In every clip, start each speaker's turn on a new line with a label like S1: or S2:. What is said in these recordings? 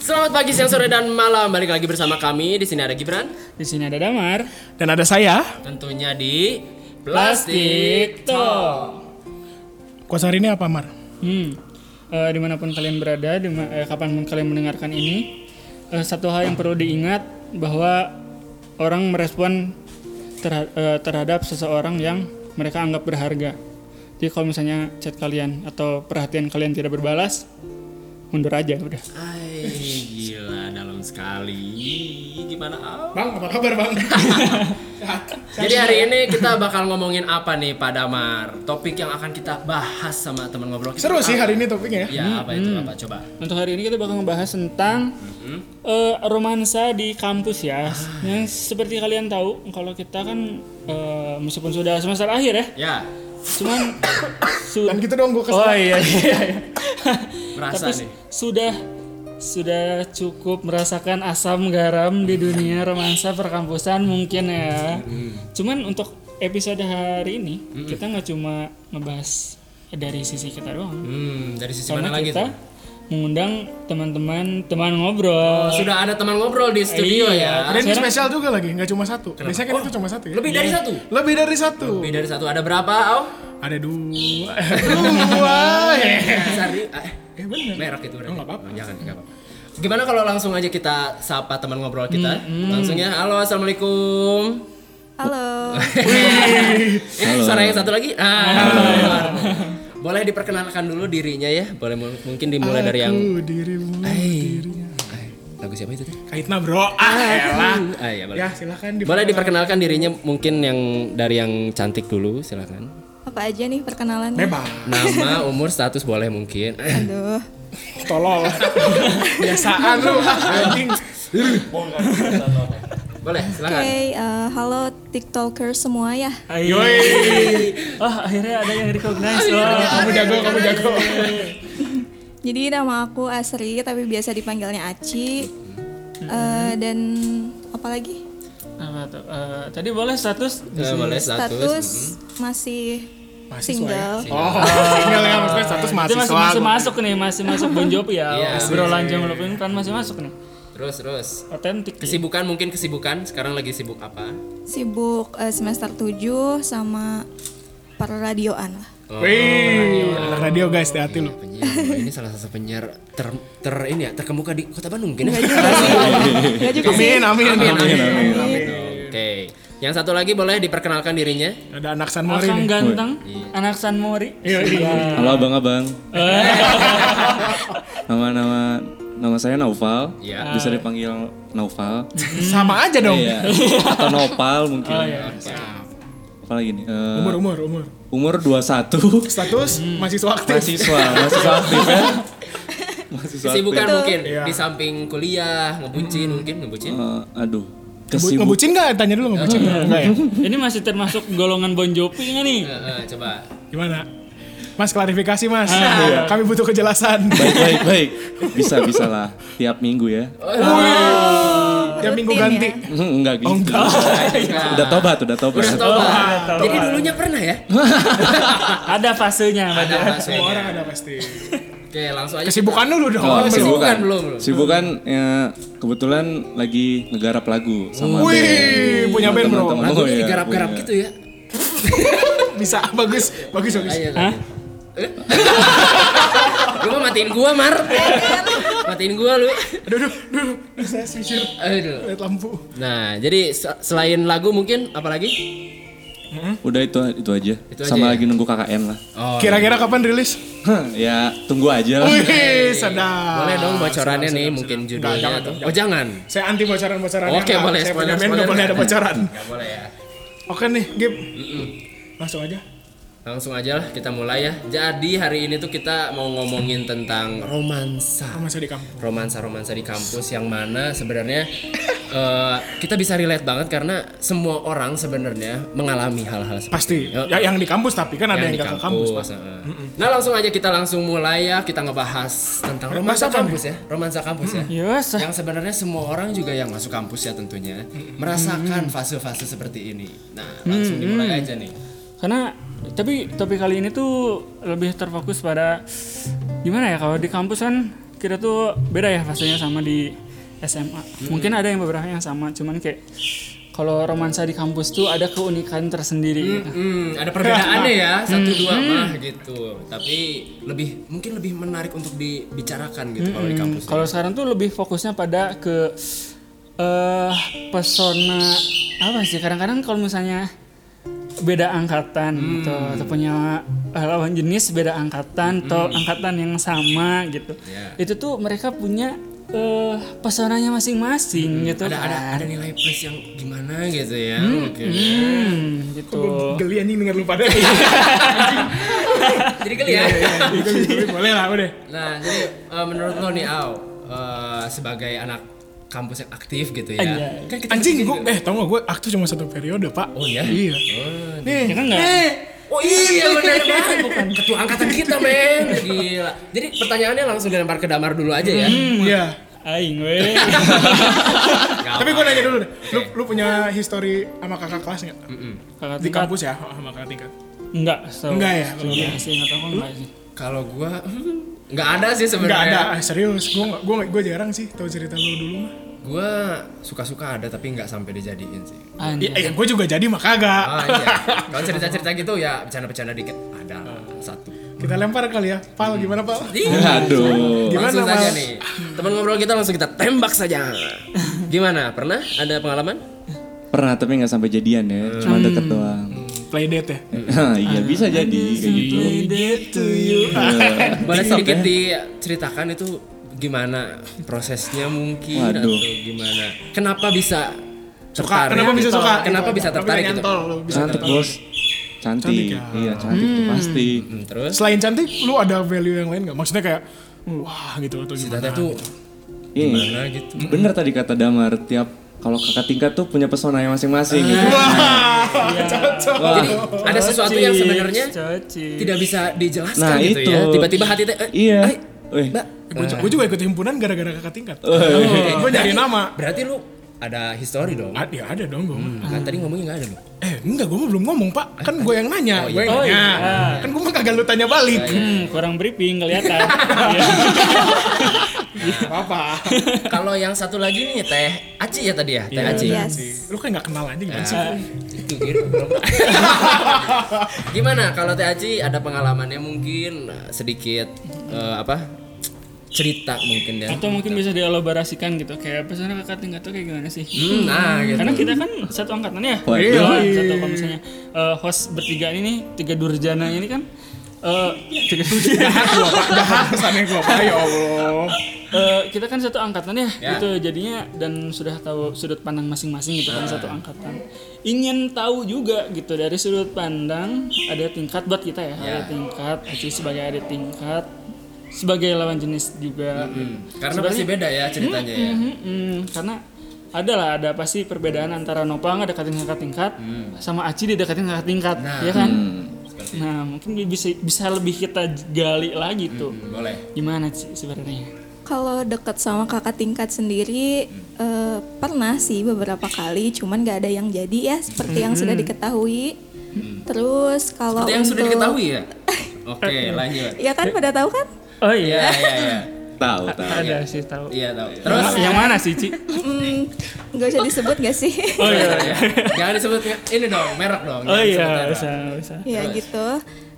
S1: Selamat pagi, siang, sore, dan malam. Balik lagi bersama kami. Di sini ada Gibran.
S2: Di sini ada Damar.
S3: Dan ada saya.
S1: Tentunya di
S2: Plastik Talk.
S3: Kuasa hari ini apa, Mar?
S2: Hmm. Eh, dimanapun kalian berada, dima, eh, kapanpun kalian mendengarkan ini, eh, satu hal yang perlu diingat bahwa orang merespon terha- eh, terhadap seseorang yang mereka anggap berharga. Jadi kalau misalnya chat kalian atau perhatian kalian tidak berbalas, mundur aja udah.
S1: Ay, gila dalam sekali. Gimana Al?
S3: Bang, apa kabar, Bang?
S1: Jadi hari ini kita bakal ngomongin apa nih Pak Damar? Topik yang akan kita bahas sama teman ngobrol kita.
S3: Seru sih hari ini topiknya ya.
S1: Ya, apa
S2: Hmm.
S1: itu apa? Coba.
S2: Untuk hari ini kita bakal ngebahas tentang
S1: Mm-hmm.
S2: eh, romansa di kampus ya. Yang seperti kalian tahu, kalau kita kan eh, meskipun sudah semester akhir ya,
S1: Ya,
S2: cuman
S3: Dan
S2: sudah
S3: gitu dong gue kesel.
S2: Oh iya iya. iya.
S1: merasa
S2: Tapi
S1: nih.
S2: sudah sudah cukup merasakan asam garam di dunia romansa perkampusan mungkin ya.
S1: Mm-hmm.
S2: Cuman untuk episode hari ini kita nggak cuma ngebahas dari sisi kita doang.
S1: Hmm, dari sisi
S2: Karena
S1: mana lagi
S2: kita
S1: tuh?
S2: mengundang teman-teman teman ngobrol.
S1: Sudah ada teman ngobrol di studio ya.
S2: Iya.
S3: Dan ini spesial juga lagi, nggak cuma satu. Biasanya kan itu cuma satu ya.
S1: Lebih dari satu.
S3: Lebih dari satu.
S1: Lebih dari satu ada berapa, Au?
S3: Ada dua. dua.
S1: Sari, eh,
S3: Eh bener.
S1: merek itu berarti.
S3: Oh, nggak apa-apa.
S1: Jangan, nggak apa-apa. Gimana kalau langsung aja kita sapa teman ngobrol kita?
S3: Hmm,
S1: Langsung ya. Halo, assalamualaikum.
S4: Halo,
S1: Ini suara yang satu lagi. Ah. Boleh diperkenalkan dulu dirinya ya. Boleh mu- mungkin dimulai dari yang
S3: Aku dirimu.
S1: Ai. Ai, Lagu siapa itu tadi?
S3: Kaitna bro. Ah, elah.
S1: Ah, ya, boleh.
S3: Ya silahkan
S1: Boleh diperkenalkan dirinya mungkin yang dari yang cantik dulu silakan.
S4: apa aja nih perkenalannya?
S3: Bebas.
S1: Nama, umur, status boleh mungkin. Eh,
S4: Aduh,
S3: Tolol. Biasaan lu. Anjing.
S1: Boleh,
S4: oke,
S1: silakan.
S4: eh, halo TikToker semua ya.
S2: Hai.
S3: Yoi.
S2: Oh, akhirnya ada yang recognize. Oh, Wah,
S3: Kamu jago, kamu jago.
S4: Jadi nama aku Asri, tapi biasa dipanggilnya Aci. Eh, dan apa lagi?
S2: Apa tuh? Eh, tadi boleh status
S1: Eh, boleh status.
S4: Status masih single.
S3: Oh, tinggal ya maksudnya status
S2: Itu masih masuk
S3: mahasiswa.
S2: masuk nih, masih masuk Bon Jovi ya.
S1: Iya,
S2: Bro lanjang lupin kan masih masuk nih.
S1: Terus, terus.
S2: Otentik.
S1: Kesibukan mungkin kesibukan. Sekarang lagi sibuk apa?
S4: Sibuk eh, semester 7 sama perradioan lah.
S1: Oh,
S3: Wih, radio guys, hati-hati lu.
S1: penyiar. Wah, ini salah satu penyiar ter, ter ini ya terkemuka di Kota Bandung mungkin.
S4: Enggak juga sih. Enggak juga sih.
S3: Amin, amin, Iya. amin.
S1: Oke. Yang satu lagi boleh diperkenalkan dirinya.
S3: Ada anak San Mori
S2: Akang
S3: nih.
S2: ganteng,
S1: Iya.
S2: anak San Mori. Oh, iya.
S5: Halo abang-abang. Nama-nama nama saya Naufal.
S1: Iya.
S5: Bisa dipanggil Naufal.
S3: Sama aja dong.
S5: Iya. Atau Nopal mungkin.
S2: Oh, iya.
S5: Apa lagi nih? Eh,
S3: Umur, um- umur, umur.
S5: umur 21.
S3: Status
S1: Hmm.
S3: mahasiswa aktif.
S5: mahasiswa, mahasiswa aktif ya. mahasisiwa
S1: Kesibukan
S4: Betul.
S1: mungkin di samping kuliah, ngebucin mungkin, ngebucin.
S5: Eh, aduh.
S3: Bu-
S5: Kesibuk.
S3: Ngebucin nggak? Tanya dulu
S1: Hmm.
S3: ngebucin nggak? Nggak ya?
S2: Ini masih termasuk golongan Bon Jovi nggak nih?
S1: Eh, eh, coba.
S3: Gimana? Mas klarifikasi
S1: Ah,
S3: mas.
S1: iya.
S3: Kami butuh kejelasan.
S5: Baik, baik, baik. Bisa, bisa lah. Tiap minggu ya.
S3: Tiap minggu
S4: Rutin
S3: ganti.
S5: Enggak gitu.
S3: Oh, enggak.
S5: Udah tobat, udah tobat.
S1: Udah tobat. Jadi dulunya pernah ya?
S2: Ada fasenya. Pak.
S1: Ada
S3: Semua
S1: maksudnya.
S3: orang ada pasti.
S1: Oke, langsung aja.
S3: Kesibukan dulu dong.
S5: Oh,
S3: Belum.
S5: kesibukan.
S1: belum, belum.
S5: Kesibukan ya, kebetulan lagi ngegarap lagu sama band.
S3: Wih, punya band bro.
S5: Teman-teman.
S1: Lagunya
S5: Oh, iya,
S1: digarap-garap
S5: punya.
S1: gitu ya.
S3: Bisa bagus, bagus bagus.
S1: Ayo.
S2: Hah?
S1: Eh? lu mau matiin gua, Mar.
S3: Eh,
S1: matiin gua lu.
S3: Aduh, aduh, aduh, aduh, saya sisir
S1: Aduh.
S3: lihat lampu.
S1: Nah, jadi se- selain lagu mungkin apalagi?
S5: Udah itu itu aja.
S1: Itu aja
S5: Sama
S1: ya?
S5: lagi nunggu KKN lah.
S1: Oh.
S3: Kira-kira kapan rilis?
S5: Hah, ya tunggu aja lah.
S3: Wih, sedap.
S1: Boleh dong bocorannya nih mungkin judulnya tuh. Oh, jangan.
S3: Saya anti bocoran-bocoran.
S1: Oke,
S3: Enggak,
S1: boleh.
S3: Saya
S1: Spoiler,
S3: punya band nggak
S1: spoiler.
S3: boleh ada bocoran.
S1: Nggak boleh ya.
S3: Oke nih, Gib. Langsung aja.
S1: Langsung aja lah kita mulai ya. Jadi hari ini tuh kita mau ngomongin tentang romansa.
S3: Rumah saya di kampung.
S1: Romansa-romansa di kampus yang mana sebenarnya eh, kita bisa relate banget karena semua orang sebenarnya mengalami hal-hal seperti
S3: Pasti.
S1: Yo.
S3: Ya, yang di kampus tapi kan ada
S1: yang
S3: yang,
S1: di
S3: nggak
S1: kampus.
S3: ke kampus. pasti.
S1: heeh. Nah, langsung aja kita langsung mulai ya kita ngebahas tentang romansa
S3: apa nih?
S1: kampus ya. Romansa kampus ya.
S2: Yes.
S1: yang sebenarnya semua orang juga yang masuk kampus ya tentunya merasakan fase-fase seperti ini. Nah, langsung dimulai aja nih.
S2: Karena tapi topik kali ini tuh lebih terfokus pada gimana ya kalau di kampus kan kita tuh beda ya fasenya sama di SMA. Mungkin ada yang beberapa yang sama, cuman kayak kalau romansa di kampus tuh ada keunikan tersendiri. gitu.
S1: Hmm, ada perbedaannya ya satu dua mah gitu. Tapi lebih mungkin lebih menarik untuk dibicarakan gitu kalau di kampus.
S2: Kalau sekarang tuh lebih fokusnya pada ke eh pesona apa sih? Kadang-kadang kalau misalnya beda angkatan
S1: Hmm.
S2: gitu atau punya eh, lawan jenis beda angkatan atau angkatan yang sama gitu.
S1: Hmm. Ya.
S2: Itu tuh mereka punya eh pesonanya masing-masing gitu.
S1: Hmm. Ada ada
S2: kan.
S1: ada nilai plus yang gimana gitu ya. Oke.
S2: Hmm, gitu.
S3: Geli anjing denger lu pada.
S1: Jadi kali ya.
S3: Geli, Iya, kan, Boleh lah udah.
S1: Nah, jadi eh, menurut lo nih Au eh, sebagai anak kampus yang aktif gitu ya.
S2: Anjay.
S1: Kan kita
S3: Anjing
S1: bertiga
S3: gue eh tau gak gue aktif cuma satu periode, Pak.
S1: Oh, iya?
S3: Iya.
S2: Ya kan enggak?
S1: Oh iya benar banget bukan ketua angkatan kita men gila. Jadi pertanyaannya langsung dilempar ke Damar dulu aja ya.
S3: Iya.
S2: Aing weh.
S1: Gak
S3: Tapi gue nanya dulu deh, lu,
S1: Oke.
S3: lu punya history sama kakak kelas gak?
S1: Mm,
S2: Kakak
S3: Di
S2: tingkat
S3: kampus ya, sama kakak tingkat.
S2: enggak. so-
S3: Enggak ya, kalau
S2: Iya sih enggak tahu enggak sih.
S1: Kalau gua hmm, nggak ada sih
S3: Enggak ada,
S1: sebenarnya.
S3: ah, serius. Gue gua, gua, gua jarang sih tahu cerita lu dulu mah.
S1: Gua suka-suka ada tapi nggak sampai dijadiin sih.
S2: Anjir.
S3: Iya, ya, gue juga jadi mah kagak.
S1: Ah iya. Kalau cerita-cerita gitu ya bercanda-bercanda dikit ada lah, satu.
S3: Kita lempar kali ya.
S1: Hmm.
S3: Pal, gimana Pal?
S5: Iya. Aduh.
S3: Gimana,
S1: langsung saja
S3: Mas?
S1: nih. Teman ngobrol kita langsung kita tembak saja. Gimana? Pernah ada pengalaman?
S5: Pernah tapi nggak sampai jadian ya, cuma deket doang.
S3: Playdate ya?
S5: Hah, Iya bisa jadi kayak gitu.
S1: iya, Boleh sedikit
S3: gitu ya.
S1: diceritakan itu gimana prosesnya mungkin
S5: Waduh.
S1: atau gimana? Kenapa bisa
S3: Suka,
S1: tertarik?
S3: kenapa bisa
S1: gitu?
S3: suka?
S1: Kenapa
S3: Itu
S1: bisa
S3: aja.
S1: tertarik
S3: Kenapa
S1: gitu?
S3: nyantol, lu bisa
S5: Cantik
S3: tertarik.
S5: bos, cantik,
S3: Cantik ya?
S5: iya cantik tuh pasti.
S1: Hmm, terus
S3: Selain cantik, lu ada value yang lain gak? Maksudnya kayak, wah gitu atau
S1: si
S3: gimana?
S1: Tata tuh
S5: Iya,
S1: gimana gitu?
S5: bener tadi kata Damar tiap kalau kakak tingkat tuh punya pesona yang masing-masing gitu.
S3: Iya,
S1: Jadi ada sesuatu yang
S2: Cocik,
S1: sebenarnya
S2: cocik.
S1: tidak bisa dijelaskan
S5: Nah,
S1: gitu
S5: itu.
S1: ya. Tiba-tiba hati teh eh,
S5: Iya.
S1: ay,
S5: Wih.
S1: Mbak.
S2: Eh.
S3: Gue juga ikut himpunan gara-gara kakak tingkat.
S2: Oh, iya.
S1: Eh,
S3: Gue nyari Oh, nama.
S1: Berarti lu ada history dong.
S3: Ah, Ya ada dong gue.
S2: Hmm.
S1: Kan tadi ngomongnya nggak ada lu.
S3: Eh enggak, gue belum ngomong pak. Kan gue yang nanya. Gue yang
S2: Oh,
S3: nanya.
S2: iya.
S3: Kan gue mah kagak lu tanya balik.
S2: Hmm, kurang briefing kelihatan. Iya.
S3: Apa?
S1: Kalau yang satu lagi nih teh Aci ya tadi ya, teh
S2: Iya.
S1: Aci.
S4: Yes.
S3: Lu kan gak kenal aja gimana sih?
S1: Itu kira belum. Gimana kalau teh Aci ada pengalamannya mungkin eh, sedikit eh, apa? cerita mungkin ya.
S2: Atau mungkin bisa dielaborasikan gitu. Kayak pesona kakak tingkat tuh kayak gimana sih?
S1: Hmm, nah gitu.
S2: Karena kita kan satu angkatan ya.
S5: Waduh.
S2: Iya, Satu kalau misalnya eh, host bertiga ini nih, tiga durjana ini kan eh tiga
S3: Pesannya gue apa? Ya Allah.
S2: Eh, kita kan satu angkatan ya,
S1: Ya.
S2: gitu jadinya dan sudah tahu sudut pandang masing-masing gitu kan satu angkatan ingin tahu juga gitu dari sudut pandang ada tingkat buat kita ya ada tingkat Aci sebagai ada tingkat sebagai lawan jenis juga gitu.
S1: Hmm, Karena pasti beda ya ceritanya ya.
S2: Mhm, mhm, karena ada lah ada pasti perbedaan antara Nopang ada kating kakak tingkat sama Aci didekatin kakak tingkat
S1: Hmm. Nah.
S2: ya kan
S5: Hmm.
S1: Seperti
S2: nah mungkin bisa bisa lebih kita gali lagi tuh
S1: Hmm, boleh.
S2: gimana sih sebenarnya
S4: Kalau deket sama kakak tingkat sendiri eh, pernah sih beberapa kali, cuman gak ada yang jadi ya seperti yang sudah diketahui. Terus kalau
S1: Hmm. Seperti yang sudah
S4: untuk-
S1: diketahui ya. Oke, lanjut.
S4: Ya kan pada tahu kan?
S2: oh
S1: Iya, iya, iya.
S5: Tahu tahu.
S2: ada sih tahu
S1: Iya, tahu. Terus Nah,
S2: yang mana sih Ci?
S4: Hmm, gak usah disebut gak sih?
S2: Oh iya.
S1: jangan disebut ini dong, merek dong.
S2: Oh
S1: jangan
S2: iya,
S1: disebut merek.
S2: bisa, bisa.
S4: ya gitu.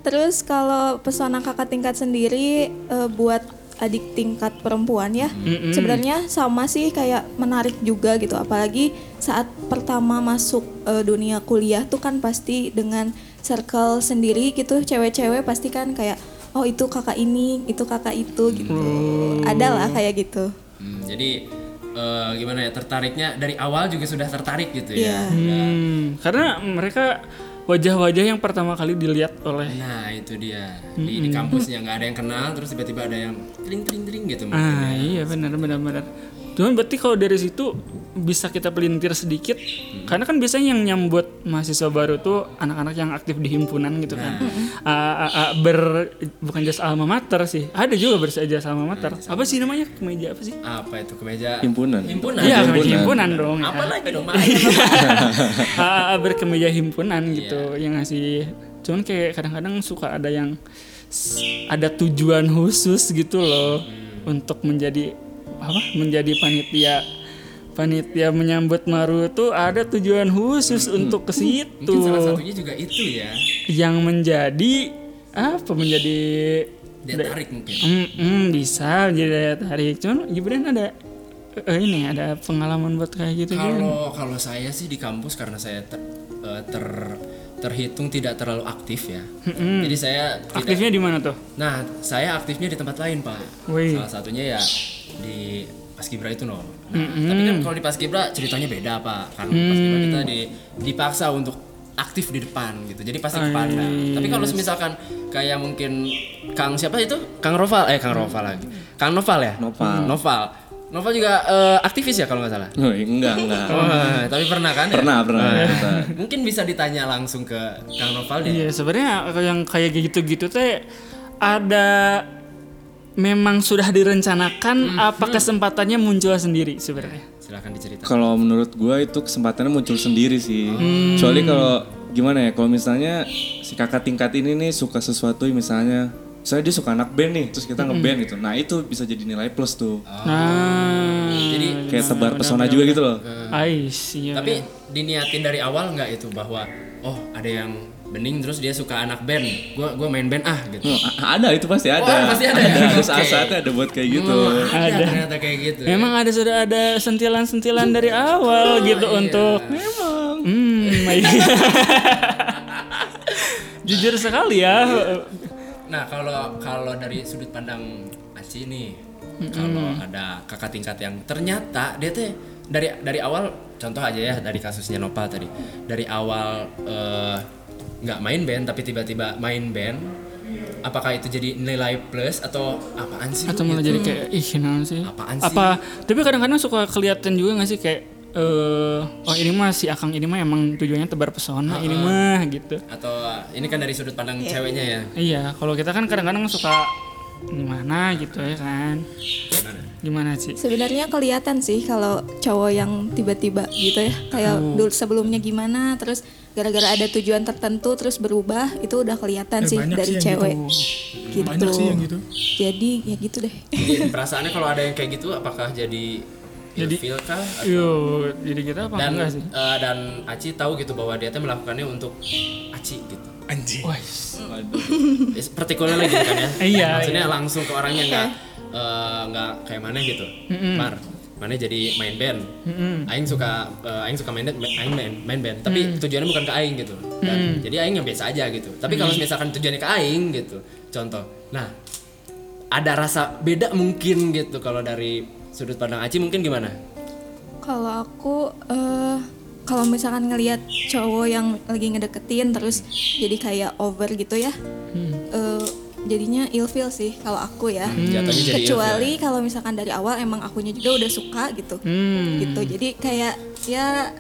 S4: Terus kalau pesona kakak tingkat sendiri eh, buat adik tingkat perempuan ya, sebenarnya sama sih kayak menarik juga gitu. Apalagi saat pertama masuk eh, dunia kuliah tuh kan pasti dengan circle sendiri gitu, cewek-cewek pasti kan kayak oh itu kakak ini, itu kakak itu gitu. Adalah kayak gitu.
S1: Hmm, jadi eh, gimana ya tertariknya dari awal juga sudah tertarik gitu ya.
S4: Iya.
S2: Hmm, karena mereka wajah-wajah yang pertama kali dilihat oleh
S1: Nah itu dia di, di kampusnya nggak ada yang kenal terus tiba-tiba ada yang tring tring tring gitu mungkin.
S2: Ah, iya benar benar benar. Cuman berarti kalau dari situ bisa kita pelintir sedikit karena kan biasanya yang nyambut mahasiswa baru tuh anak-anak yang aktif di himpunan gitu kan. Ah, ah, ah, ber bukan jas alma mater sih. Ada juga bersejas Hmm, alma mater. Apa sih namanya? Kemeja apa sih?
S1: Apa itu kemeja?
S5: ah, Himpunan.
S1: Himpunan.
S2: Iya, kemeja himpunan dong. ya.
S1: Apa lagi dong? Mak?
S2: Ah, ah, berkemeja himpunan
S1: Iya.
S2: gitu yang ngasih cuman kayak kadang-kadang suka ada yang s- ada tujuan khusus gitu loh
S1: Hmm.
S2: untuk menjadi apa menjadi panitia panitia menyambut Maru tuh ada tujuan khusus untuk ke situ
S1: Hmm. Mungkin salah satunya juga itu ya.
S2: yang menjadi apa menjadi
S1: Dia tarik mungkin.
S2: Hmm, hmm, bisa jadi daya tarik cuman Gibran ada eh, ini ada pengalaman buat kayak gitu Gibran?
S1: Kalau kalau saya sih di kampus karena saya ter, eh, ter- terhitung tidak terlalu aktif ya. Jadi saya tidak
S2: aktifnya di mana tuh
S1: Nah, saya aktifnya di tempat lain, Pak.
S2: Wih.
S1: Salah satunya ya di Paskibra itu, no. Nah, tapi kan kalau di Paskibra ceritanya beda, Pak. Karena Paskibra
S2: Mm.
S1: kita di- dipaksa untuk aktif di depan gitu. Jadi pasti kepandang. Tapi kalau misalkan kayak mungkin Kang siapa itu? Kang Roval, eh Kang Roval lagi. Kang Noval ya?
S5: Noval.
S1: Noval. Noval juga eh, aktivis ya kalau nggak salah.
S5: Oh, enggak, enggak.
S1: Wah, tapi pernah kan? ya?
S5: Pernah, pernah,
S1: Nah,
S5: pernah.
S1: Mungkin bisa ditanya langsung ke Kang Noval deh.
S2: Iya sebenarnya yang kayak gitu-gitu teh ada memang sudah
S1: Hmm.
S2: direncanakan apa kesempatannya muncul sendiri sebenarnya.
S1: Silahkan diceritakan.
S5: Kalau menurut gua itu kesempatannya muncul sendiri sih.
S1: Hmm.
S5: Kecuali kalau gimana ya, kalau misalnya si kakak tingkat ini nih suka sesuatu yang misalnya saya dia suka anak band nih, terus kita ngeband
S1: Hmm.
S5: gitu. Nah itu bisa jadi nilai plus tuh.
S1: Ah,
S2: Nah,
S1: Jadi
S5: Kayak tebar pesona juga gitu loh.
S2: Ais, iya.
S1: Eh, Tapi diniatin dari awal nggak itu bahwa oh ada yang bening terus dia suka anak band, gua gua main band ah gitu.
S5: Hmm, a- ada itu pasti ada.
S1: Oh, pasti ada ya?
S5: Terus
S1: Oke.
S5: saatnya ada buat kayak
S2: Iya,
S5: gitu.
S1: Hmm, ada, ternyata kayak Iya. Oh, gitu. ya.
S2: memang ada sudah ada sentilan-sentilan dari awal gitu untuk memang. Hmm, iya. Jujur sekali ya.
S1: Nah kalau kalau dari sudut pandang Aci nih, kalau ada kakak tingkat yang ternyata dia tuh dari dari awal contoh aja ya dari kasusnya Nopal tadi dari awal eh, nggak main band tapi tiba-tiba main band apakah itu jadi nilai plus atau apaan sih lu
S2: Atau malah
S1: gitu?
S2: jadi kayak ih kenapa sih?
S1: Apaan sih?
S2: Apa tapi kadang-kadang suka kelihatan juga nggak sih kayak eh oh ini mah si Akang ini mah emang tujuannya tebar pesona ini mah gitu.
S1: atau ini kan dari sudut pandang ceweknya ya
S2: Iya, kalau kita kan kadang-kadang suka gimana gitu ya kan. Gimana sih?
S3: Iya.
S4: Sebenarnya kelihatan sih kalau cowok yang tiba-tiba gitu ya kayak
S3: Hmm.
S4: dulu sebelumnya gimana terus gara-gara ada tujuan tertentu terus berubah itu udah
S3: Eh,
S4: kelihatan sih
S3: banyak
S4: dari
S3: sih yang
S4: cewek.
S3: gitu.
S4: Gitu.
S3: Banyak sih yang gitu.
S4: Jadi ya gitu deh.
S1: Jadi perasaannya kalau ada yang kayak gitu apakah jadi
S2: Jadi-
S1: ilfil kah?
S2: Yo, jadi kita apa
S1: Dan
S2: enggak sih?
S1: eh, dan Aci tahu gitu bahwa dia teh melakukannya untuk Aci gitu.
S3: Anjing.
S2: Wah,
S1: Eh, Particularly gitu kan ya.
S2: Iya,
S1: Maksudnya langsung ke
S4: Iya.
S1: orangnya nggak eh, nggak kayak mana gitu. Mar, mana jadi main band. Aing suka eh, aing suka main band, aing main, main band.
S2: Mm.
S1: Tapi tujuannya bukan ke aing gitu. Dan jadi aing yang biasa aja gitu. Tapi
S2: Mm.
S1: kalau misalkan tujuannya ke aing gitu. Contoh. Nah, ada rasa beda mungkin gitu kalau dari sudut pandang Aci mungkin gimana?
S4: Kalau aku eh kalau misalkan ngelihat cowok yang lagi ngedeketin terus jadi kayak over gitu ya.
S1: Hmm.
S4: eh, jadinya ilfeel sih kalau aku ya.
S1: Jatuhnya jadi ya.
S4: Kecuali kalau misalkan dari awal emang akunya juga udah suka gitu.
S1: Hmm.
S4: Gitu. Jadi kayak ya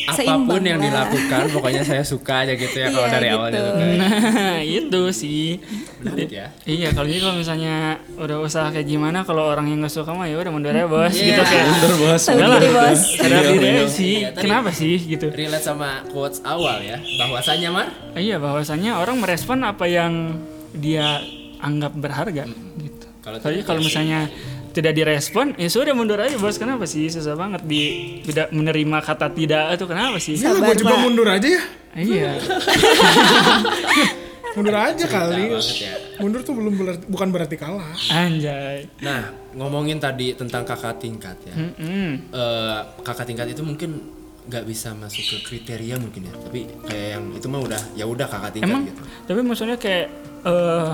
S1: apapun
S4: seimbang
S1: yang
S4: lah.
S1: dilakukan pokoknya saya suka aja gitu ya kalau
S4: Iya,
S1: dari
S4: gitu.
S1: awalnya
S2: nah itu sih.
S1: menarik ya
S2: Iya, kalau jadi kalau misalnya udah usaha kayak gimana, kalau orang yang nggak suka mah ya udah mundur ya bos, gitu kayak.
S5: Bener bos.
S4: Tahu
S2: Udah lah,
S4: diri, bos.
S2: sadar diri aja sih.
S1: Iya, tadi-
S2: Kenapa sih gitu?
S1: relate sama quotes awal ya bahwasanya mar
S2: Iya, bahwasannya orang merespon apa yang dia anggap berharga gitu.
S1: Hmm. Kalau
S2: Tapi
S1: tidak
S2: kalau misalnya tidak direspon, ya sudah mundur aja bos. Kenapa sih susah banget di tidak menerima kata tidak itu kenapa sih?
S3: Gila, gue Iya juga mundur aja ya.
S2: Iya.
S3: Mundur aja kali.
S1: banget ya
S3: Mundur tuh belum berarti, bukan berarti kalah.
S2: Anjay.
S1: nah ngomongin tadi tentang kakak tingkat ya
S2: Mm-mm.
S1: Eh, kakak tingkat itu mungkin nggak bisa masuk ke kriteria mungkin ya tapi kayak yang itu mah udah ya udah kakak tingkat
S2: Emang
S1: gitu
S2: tapi maksudnya kayak eh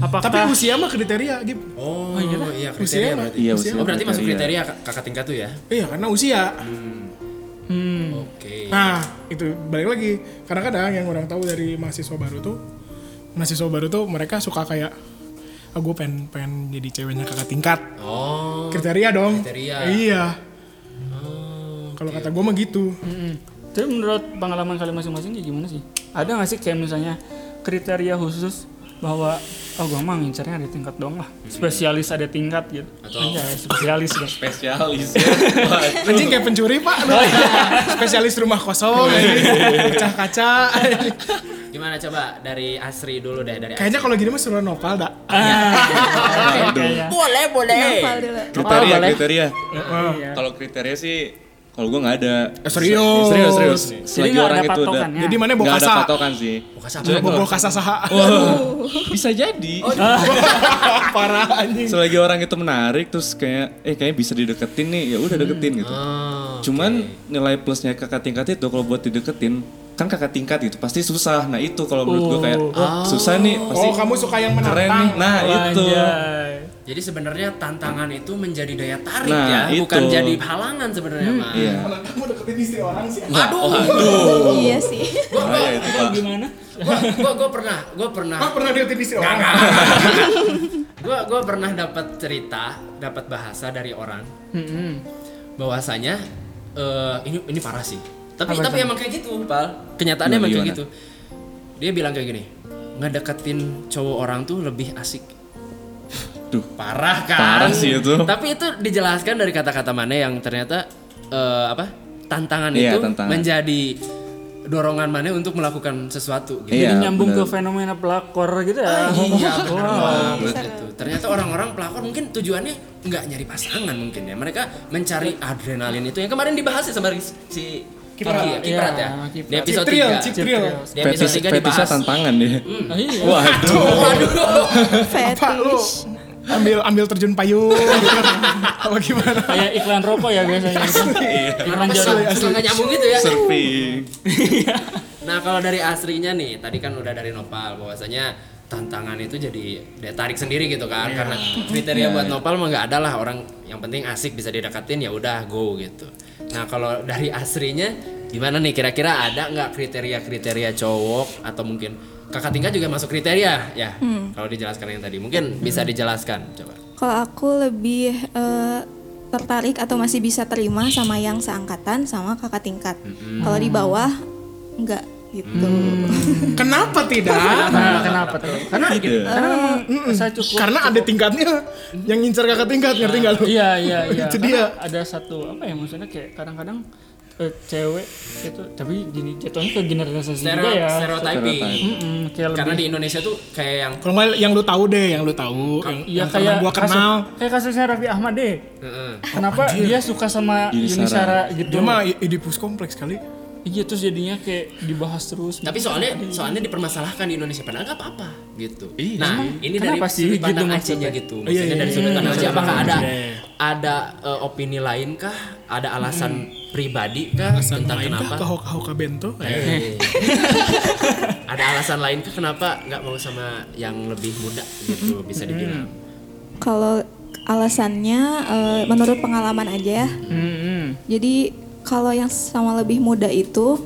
S2: apakah
S3: Tapi usia mah kriteria, Gib.
S1: oh, iya,
S2: iya lah.
S1: kriteria
S3: Usia mah-
S1: berarti
S5: Iya, usia
S1: oh berarti masuk
S5: kriteria.
S1: kriteria kak- kakak tingkat tuh ya
S3: Iya, karena usia.
S2: Hmm,
S1: oke
S3: Nah, itu balik lagi. Kadang-kadang yang orang tahu dari mahasiswa baru tuh, mahasiswa baru tuh mereka suka kayak, ah gue pengen, pengen jadi ceweknya kakak tingkat.
S1: oh
S3: Kriteria dong.
S1: Kriteria.
S3: Iya.
S1: oh.
S3: Kalau kata gue mah gitu.
S2: mm-mm. Tapi menurut pengalaman kalian masing-masing kayak gimana sih? Ada nggak sih kayak misalnya kriteria khusus bahwa oh gua mah ngincarnya ada tingkat doang lah. Spesialis ada tingkat gitu.
S1: Atau-
S2: Anjay, spesialis ya? dong.
S5: Spesialis.
S3: Anjing kayak pencuri pak, Aduh. spesialis rumah kosong, anjing. pecah kaca.
S1: Gimana coba dari Asri dulu deh dari
S3: Kayaknya kalau gini mah suruh nopal dak.
S2: ya?
S5: Aduh.
S1: boleh boleh.
S4: Nopal dulu.
S3: Oh,
S5: Kriteria,
S1: boleh.
S5: kriteria.
S2: Iya.
S5: Kalau kriteria sih, kalau gue nggak ada.
S3: Eh, serius?
S5: Serius, serius.
S2: Jadi
S5: Selagi
S2: nggak
S5: orang
S2: ada
S5: itu udah.
S2: patokannya.
S3: Jadi mana
S5: Nggak ada
S3: bokasa?
S5: patokan sih.
S1: Bokasa apa?
S5: Soalnya kalau-
S3: Bawa kasa saha.
S5: Bisa jadi.
S3: Oh, iya. Parah anjing.
S5: Selagi orang itu menarik, terus kayak, eh kayaknya bisa dideketin nih, ya udah
S3: Hmm.
S5: deketin gitu.
S3: Ah,
S1: Oh,
S5: Cuman nilai plusnya kakak tingkat itu kalau buat dideketin kan kakak tingkat gitu pasti susah. Nah itu kalau menurut gue kayak wah, susah nih pasti
S3: Oh, kamu suka yang
S5: keren nih.
S3: menantang. Oh,
S5: Nah itu
S1: Jadi sebenarnya tantangan itu menjadi daya tarik
S5: Nah,
S1: ya, bukan
S5: itu.
S1: jadi halangan sebenarnya, Mas.
S5: iya.
S3: Kamu deketin istri orang sih.
S5: Nah,
S1: Aduh,
S5: oh,
S4: Iya sih.
S5: Bahaya itu pak.
S2: Gimana?
S1: gua, gua, gua pernah, gua pernah,
S3: Ah, pernah deketin istri orang?
S1: gua, gua pernah dapat cerita, dapat bahasa dari orang bahwasanya eh, ini ini parah sih. Tapi tapi emang kayak gitu, Pal. Kenyataannya
S5: Gimana,
S1: emang kayak
S5: gimana?
S1: gitu. Dia bilang kayak gini, ngedeketin cowok orang tuh lebih asik.
S5: Duh.
S1: Parah kan?
S5: Parah sih itu.
S1: Tapi itu dijelaskan dari kata-kata mana yang ternyata eh, apa? Tantangan
S5: Iya,
S1: itu
S5: tantangan.
S1: menjadi dorongan mana untuk melakukan sesuatu gitu.
S5: Iya,
S2: Jadi nyambung
S5: benar.
S2: ke fenomena pelakor gitu
S1: Ah,
S2: ya.
S1: iya bener
S2: Wah.
S1: banget itu. Ternyata orang-orang pelakor mungkin tujuannya nggak nyari pasangan mungkin ya. Mereka mencari adrenalin itu yang kemarin dibahas ya sama si- si Kiprat ya. Kiprat ya.
S2: Iya, Kiprat.
S1: Di episode
S3: Cipril,
S1: 3.
S3: Cipril.
S1: Di episode
S5: Fetis-
S1: 3
S5: fetisnya
S1: dibahas.
S5: tantangan deh.
S2: Ah, iya.
S5: Waduh.
S1: Waduh.
S3: Pak lu
S4: Fetish.
S3: ambil ambil terjun payung. Apa gimana?
S2: Kayak iklan rokok ya biasanya.
S1: Iya,
S2: iklan
S1: Kesel,
S2: jarum.
S1: kesel nggak nyambung gitu ya.
S5: Iya. Surfing.
S1: Nah kalau dari aslinya nih, tadi kan udah dari Nopal bahwasanya tantangan itu jadi daya tarik sendiri gitu kan karena kriteria buat Nopal mah nggak ada lah orang yang penting asik bisa dideketin ya udah go gitu. Nah kalau dari aslinya gimana nih kira-kira ada nggak kriteria-kriteria cowok atau mungkin kakak tingkat juga masuk kriteria ya kalau dijelaskan yang tadi mungkin bisa dijelaskan coba.
S4: Kalau aku lebih eh, tertarik atau masih bisa terima sama yang seangkatan sama kakak tingkat. Kalau di bawah enggak gitu.
S3: Kenapa tidak?
S2: Nah, kenapa tuh? Karena
S5: Tidak.
S2: karena memang saya cukup
S3: Karena ada tingkatnya yang ngincer kakak tingkat, ngerti nggak lu?
S2: Iya iya iya.
S3: Itu dia.
S2: Karena Ada satu apa ya maksudnya kayak kadang-kadang eh, cewek itu tapi jadi jatuhnya ke generalisasi juga
S1: Stereo-
S2: ya.
S1: stereotyping.
S2: Mm-mm, kayak
S1: Karena
S2: lebih
S1: di Indonesia tuh kayak yang
S3: Kalau nggak yang lu tahu deh, yang lu tahu, yang,
S2: Iya
S3: yang pernah
S2: kayak
S3: gua
S2: kasus-
S3: kenal.
S2: kayak kasusnya Raffi Ahmad deh.
S1: Heeh.
S2: Kenapa dia suka sama
S5: Yuni
S2: Yuni Sara gitu?
S3: Dia mah Oedipus kompleks kali.
S2: Iya terus jadinya kayak dibahas terus.
S1: Tapi soalnya soalnya dipermasalahkan di Indonesia padahal nggak apa-apa gitu.
S3: Iya.
S1: nah, ini dari
S2: Kenapa
S1: sudut
S2: sih gitu
S1: pandang
S2: maksudnya?
S1: Acinya gitu. Maksudnya dari sudut pandang
S3: iya,
S1: Aci apakah ada ada eh, opini lain kah? Ada alasan
S3: Hmm.
S1: pribadi kah tentang kenapa?
S3: Entah ke Hoka Hoka Bento. Eh,
S1: Eh. ada alasan lain kah kenapa nggak mau sama yang lebih muda
S3: Hmm.
S1: gitu bisa dibilang.
S4: Kalau alasannya eh, menurut pengalaman aja ya.
S2: Hmm,
S3: Nah,
S4: Jadi kalau yang sama lebih muda itu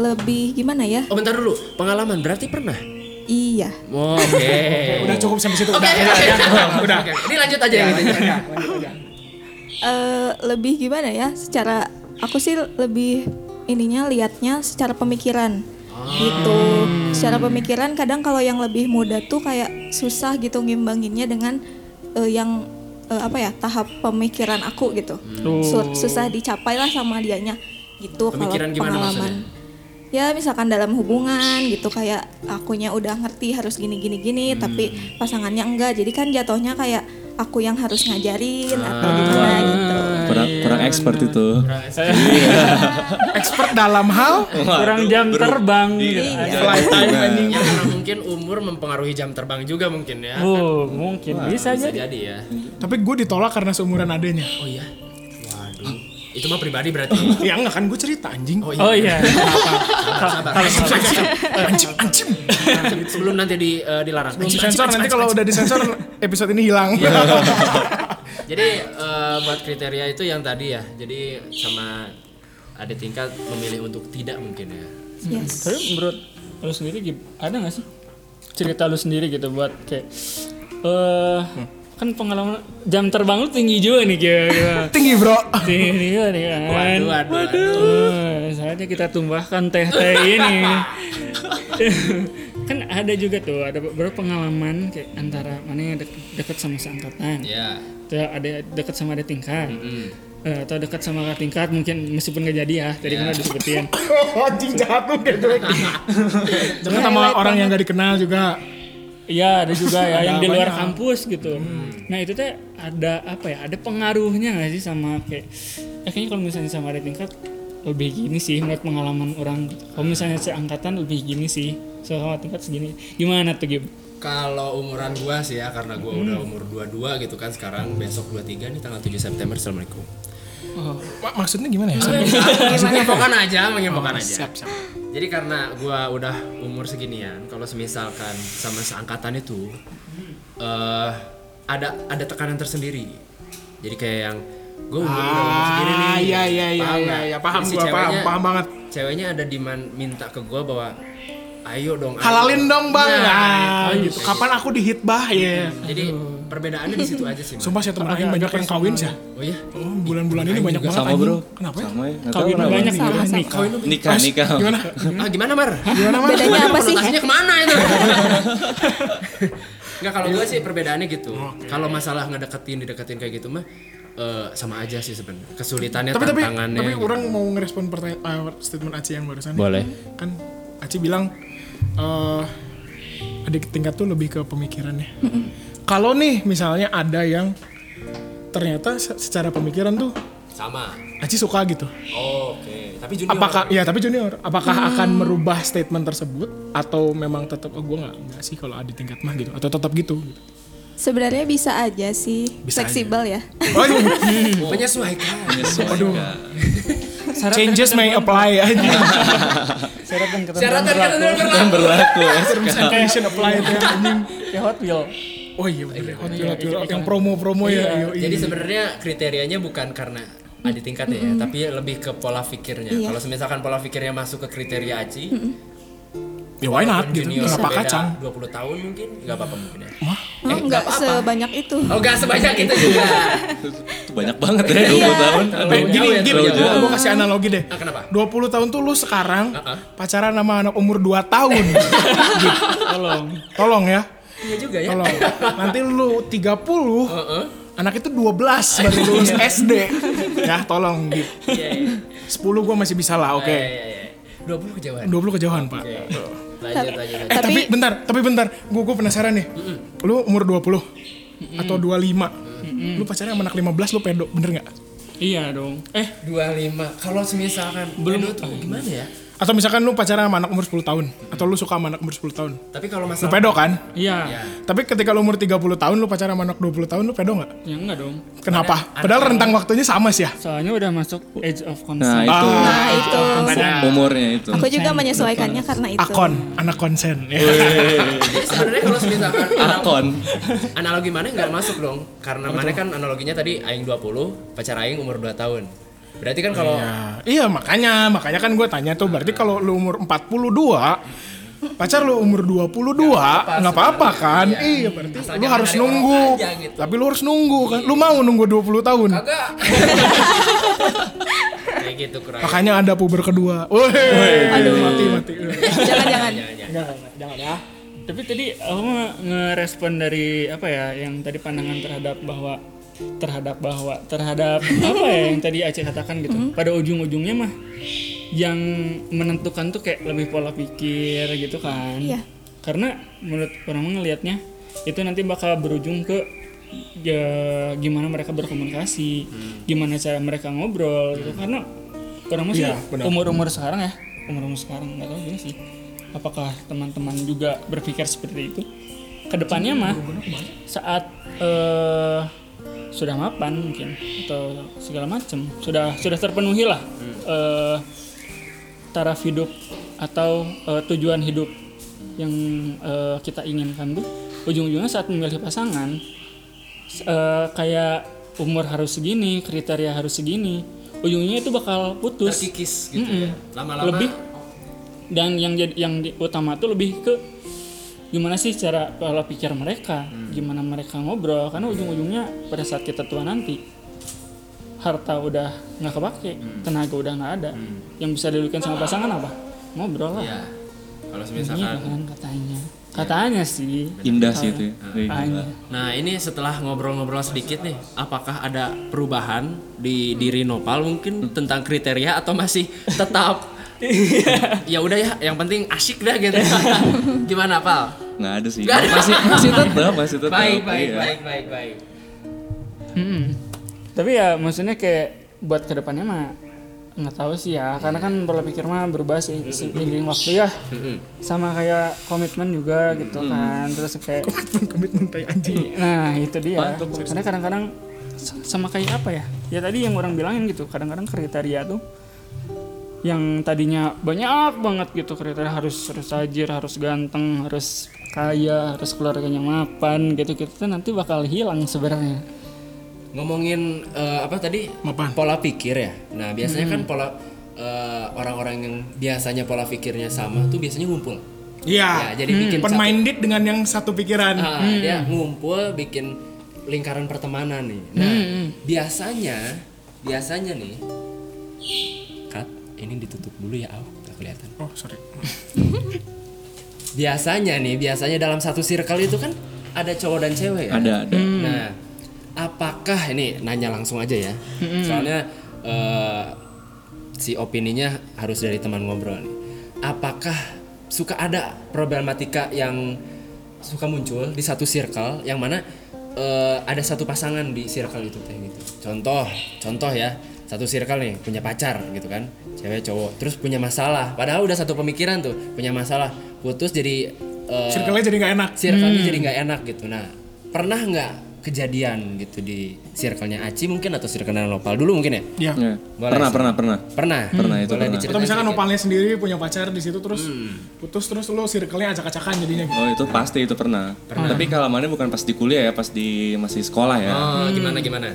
S4: lebih gimana ya?
S1: Oh, bentar dulu. Pengalaman berarti pernah.
S4: Iya.
S1: Oh, Oke.
S3: Udah cukup sampai situ.
S1: Oke,
S3: Udah,
S1: oke,
S3: udah,
S1: oke.
S3: udah, udah. Ya.
S1: Oke, Ini lanjut aja gitu. yang itu.
S4: eh lebih gimana ya secara aku sih lebih ininya liatnya secara pemikiran gitu secara pemikiran kadang kalau yang lebih muda tuh kayak susah gitu ngimbanginnya dengan eh, yang eh, apa ya tahap pemikiran aku gitu Su- susah dicapai lah sama dianya gitu kalau
S1: Pemikiran gimana
S4: pengalaman ya misalkan dalam hubungan gitu kayak akunya udah ngerti harus gini gini gini tapi pasangannya enggak jadi kan jatuhnya kayak aku yang harus ngajarin atau gimana gitu
S5: Kurang, kurang expert itu.
S3: Expert dalam hal
S2: kurang jam terbang
S5: Iya,
S2: gitu.
S5: Flight time anjing.
S1: Ya karena mungkin umur mempengaruhi jam terbang juga mungkin ya.
S3: kan-
S2: Oh, mungkin bisa
S1: Bisa
S2: jadi.
S1: jadi ya.
S3: Tapi gue ditolak karena seumuran adanya.
S1: Oh iya. Waduh. Iya, Itu mah pribadi berarti.
S3: Ya enggak kan gue cerita anjing.
S1: Oh
S2: Oh
S1: iya.
S2: iya.
S1: Sabar, sabar, sabar.
S3: Anjing, anjing.
S1: Sebelum nanti di, eh, dilarang.
S3: Sensor nanti kalau udah disensor episode ini hilang.
S1: Jadi eh, buat kriteria itu yang tadi ya. Jadi sama ada tingkat memilih untuk tidak mungkin ya.
S4: yes
S2: Tapi menurut lu sendiri gim- ada nggak sih cerita lu sendiri gitu buat kayak eh kan pengalaman jam terbang lu tinggi juga nih kayak kayak-
S3: Tinggi bro.
S2: tinggi juga nih kan.
S1: Waduh, waduh, waduh.
S2: Eh, saatnya kita tumbahkan teh-teh ini. kan ada juga tuh ada beberapa pengalaman kayak antara mana yang dek- deket sama seangkatan.
S1: Ya.
S2: Tuh, ada deket sama ada tingkat.
S1: Hmm.
S2: Eh eh, atau dekat sama kakak tingkat mungkin meskipun nggak jadi ya
S1: Iya.
S2: tadi kan udah disebutin
S3: Oh, anjing jahat lu kayak jelek Jangan sama orang yang gak dikenal juga
S2: Iya ada juga ya
S3: Ada
S2: yang di luar
S3: banyak.
S2: kampus gitu. Nah itu teh ada apa ya? Ada pengaruhnya nggak sih sama kayak? eh, kayaknya kalau misalnya sama ada tingkat lebih gini sih menurut pengalaman orang. Kalau misalnya seangkatan lebih gini sih. So, sama tingkat segini. Gimana tuh Gib?
S1: Kalau umuran gua sih ya karena gua udah umur 22 gitu kan sekarang besok 23 nih tanggal 7 September Assalamualaikum.
S3: Ma- maksudnya gimana ya
S1: iya. menginfokan aja, menginfokan aja. Jadi karena gua udah umur seginian, kalau semisalkan sama seangkatan itu eh ada ada tekanan tersendiri. Jadi kayak yang gue udah umur segini nih.
S3: ah iya iya iya
S1: paham
S3: iya
S1: nggak?
S3: iya, paham
S1: Jadi si
S3: gua paham
S1: ceweknya-
S3: paham banget
S1: Ceweknya ada demand minta ke gua bahwa ayo dong ayo
S3: halalin dong bang
S1: Nah,
S3: nah,
S1: ayo.
S3: gitu kapan aku dihitbah ya
S1: Jadi perbedaannya di situ aja sih. Mas.
S3: sumpah saya temen aing banyak yang kawin sih
S1: Oh iya.
S3: oh, bulan-bulan ini banyak banget
S5: sama
S3: anjing.
S5: bro
S3: kenapa ya
S5: sama ya nggak tahu
S2: Kawin
S5: kenapa
S2: banyak
S4: Sama,
S2: nih.
S4: sama.
S2: Nikah.
S5: nikah nikah
S3: gimana
S1: Ah gimana Mar?
S3: gimana mas
S4: Bedanya apa sih?
S1: Konotasinya kemana itu? Enggak kalau gue sih perbedaannya gitu. Kalau masalah ngedeketin dideketin kayak gitu mah eh, sama aja sih sebenarnya. Kesulitannya
S3: tapi tapi
S1: tantangannya.
S3: tapi
S5: ya.
S1: gitu.
S3: orang mau ngerespon pertanyaan eh, statement Aci yang barusan
S1: Boleh.
S3: kan Aci bilang eh adik tingkat tuh lebih ke pemikirannya kalau nih misalnya ada yang ternyata se- secara pemikiran tuh
S1: Sama.
S3: Aci suka gitu
S1: Oh, Oke. Tapi junior.
S3: apakah ya tapi junior apakah akan merubah statement tersebut atau memang tetap oh, gue nggak nggak sih kalau adik tingkat mah gitu atau tetap gitu gitu.
S4: Sebenarnya bisa aja sih,
S3: Bisa
S4: fleksibel ya.
S3: Oh,
S1: Menyesuaikan.
S5: aduh
S3: changes may apply aja
S2: Syarat dan ketentuan
S1: Syarat dan ketentuan
S2: berlaku.
S1: kan berlaku.
S5: berlaku
S3: terms and condition
S1: iya.
S3: apply itu ya, anjing
S2: Kayak Ya, Hot Wheels.
S3: oh iya bener ya. Hot Wheel, Hot Wheel. yang promo-promo ya iya, iya.
S1: Jadi sebenarnya kriterianya bukan karena adik tingkat ya, tapi lebih ke pola pikirnya.
S4: Iya.
S1: Kalau misalkan pola pikirnya masuk ke kriteria Aci,
S3: ya why not gitu
S1: junior
S3: kenapa
S1: beda
S3: kacang
S1: 20 tahun mungkin nggak apa-apa mungkin ya.
S4: Oh, nggak sebanyak itu.
S1: Oh, nggak sebanyak itu juga.
S5: Itu banyak banget ya 20 tahun
S3: Tapi
S1: Terlalu jauh
S3: gini,
S1: ya,
S3: gini,
S1: terlalu
S3: gua,
S1: jauh.
S3: gua kasih analogi deh.
S1: Ah, kenapa?
S3: 20 tahun tuh lu sekarang
S1: Uh-uh.
S3: pacaran sama anak umur 2 tahun.
S2: Tolong.
S3: Tolong ya.
S1: Iya juga ya. Ah,
S3: Tolong. Nanti lu 30,
S1: Heeh.
S3: anak itu 12 baru lulus SD. Ya, tolong gitu.
S1: Iya, iya.
S3: 10 gua masih bisa lah, oke.
S1: Iya, iya, iya. 20 kejauhan.
S3: 20 kejauhan, Pak.
S1: Oke. Lanjut, lanjut, lanjut.
S3: Eh, tapi,
S4: Tapi-
S3: bentar, tapi bentar. Gua gua penasaran nih. Lu umur 20 atau 25? Lu pacaran sama anak 15 lu pedo, bener nggak?
S2: Iya dong.
S1: Eh, 25. Kalau misalkan belum tuh gimana ya?
S3: Atau misalkan lu pacaran sama anak umur 10 tahun atau lu suka sama anak umur 10 tahun.
S1: Tapi kalau
S3: Lu
S1: masalah
S3: pedo kan?
S1: Ya.
S2: Iya.
S3: Tapi ketika lu umur 30 tahun lu pacaran sama anak 20 tahun lu pedo nggak?
S2: Ya enggak dong.
S3: Kenapa? Padahal rentang waktunya sama sih ya.
S2: Soalnya udah masuk age of
S5: nah
S2: consent.
S5: itu
S4: Nah, itu.
S5: umurnya itu
S4: Aku juga menyesuaikannya karena itu.
S3: Akon, anak konsen. Ya.
S1: Jadi sebenarnya kalau misalkan
S5: akon
S1: analogi mana nggak masuk dong karena mana kan analoginya tadi aing 20 pacar aing umur 2 tahun berarti kan kalau
S3: Nah, iya makanya, makanya kan gue tanya tuh berarti kalau lu umur 42 pacar lu umur 22 nggak apa-apa kan? Iya, berarti
S1: Asal
S3: lu
S1: jangan
S3: harus
S1: dari orang
S3: nunggu.
S1: aja gitu.
S3: Tapi lu harus nunggu kan. Lu mau nunggu 20 tahun.
S1: agak kayak gitu kurang
S3: Makanya ada puber kedua. Woi, mati mati.
S4: Jangan-jangan.
S2: ya. Tapi tadi aku mah ngerespon dari apa ya yang tadi pandangan terhadap bahwa terhadap bahwa terhadap apa ya yang tadi Aceh katakan gitu. Pada ujung-ujungnya mah yang menentukan tuh kayak lebih pola pikir gitu kan.
S4: Iya.
S2: Karena menurut orang mah ngelihatnya itu nanti bakal berujung ke ya, gimana mereka berkomunikasi, gimana cara mereka ngobrol gitu. Karena orang mah sih
S3: Iya, benar.
S2: umur-umur sekarang ya umur-umur sekarang nggak tahu juga sih apakah teman-teman juga berpikir seperti itu kedepannya
S3: Iya,
S2: mah saat eh, sudah mapan mungkin atau segala macam sudah sudah terpenuhi lah eh, taraf hidup atau eh, tujuan hidup yang eh, kita inginkan tuh ujung-ujungnya saat memilih pasangan s- eh, kayak umur harus segini kriteria harus segini ujungnya itu bakal putus
S1: terkikis gitu ya lama-lama
S2: lebih dan yang jadi yang di- utama tuh lebih ke gimana sih cara pola pikir mereka gimana mereka ngobrol karena ujung-ujungnya pada saat kita tua nanti harta udah nggak kepake tenaga udah nggak ada yang bisa dilakukan sama pasangan apa ngobrol lah
S1: ya kalau
S2: ini
S1: misalkan
S2: kan katanya Katanya sih.
S5: Indah sih itu ya. Wih,
S2: Katanya.
S5: gila.
S1: Nah ini setelah ngobrol-ngobrol sedikit nih, apakah ada perubahan di diri Nopal mungkin tentang kriteria atau masih tetap
S5: Iya.
S1: ya udah ya, yang penting asik dah gitu. Gimana Pal?
S5: Nggak ada sih.
S1: Nggak ada.
S5: Masih, masih tetap, masih tetap.
S1: Baik, baik,
S5: Iya.
S1: baik, baik, baik.
S2: Mm-mm. Tapi ya maksudnya kayak buat kedepannya mah nggak tahu sih ya karena kan pola pikir mah berubah sih seiring waktu ya sama kayak komitmen juga gitu kan terus kayak
S3: komitmen tai anjing
S2: nah itu dia karena kadang-kadang s- sama kayak apa ya ya tadi yang orang bilangin gitu kadang-kadang kriteria tuh yang tadinya banyak banget gitu kriteria harus harus tajir harus ganteng harus kaya harus keluarganya mapan gitu gitu tuh nanti bakal hilang sebenarnya
S1: Ngomongin eh, apa tadi?
S3: Mapan. Hmm.
S1: Pola pikir ya. Nah biasanya kan pola eh, orang-orang yang biasanya pola pikirnya sama tuh biasanya ngumpul. Ya,
S3: iya
S1: jadi bikin
S3: open
S1: satu-
S3: minded dengan yang satu pikiran
S1: Ah, dia ngumpul bikin lingkaran pertemanan nih. Nah, biasanya biasanya nih Kat, ini ditutup dulu ya, Al. Nggak kelihatan.
S3: oh sorry
S1: Biasanya nih, biasanya dalam satu circle itu kan ada cowok dan cewek ya.
S5: Ada, ada.
S1: Nah, apakah ini nanya langsung aja ya? Soalnya eh, si opininya harus dari teman ngobrol nih. Apakah suka ada problematika yang suka muncul di satu circle yang mana eh, ada satu pasangan di circle itu kayak gitu. Contoh, contoh ya. Satu circle nih punya pacar gitu kan. Cewek cowok terus punya masalah. Padahal udah satu pemikiran tuh, punya masalah, putus jadi eh,
S3: circle-nya jadi nggak enak
S1: circle-nya
S5: Hmm.
S1: jadi nggak enak gitu. Nah, pernah nggak kejadian gitu di circle-nya Aci mungkin atau circle-nya Nopal dulu mungkin ya?
S3: ya
S5: Ya.
S1: Boleh
S5: Pernah,
S1: sih.
S5: pernah, pernah.
S1: Pernah.
S5: Hmm. Pernah, itu
S1: Boleh
S5: pernah.
S1: diceritain
S3: atau misalkan
S1: sedikit?
S3: opalnya sendiri punya pacar di situ terus putus terus lo circle-nya acak-acakan jadinya gitu
S5: Oh itu pasti itu pernah. Tapi kalamannya bukan pas di kuliah ya, pas di masih sekolah ya.
S1: Oh, gimana gimana?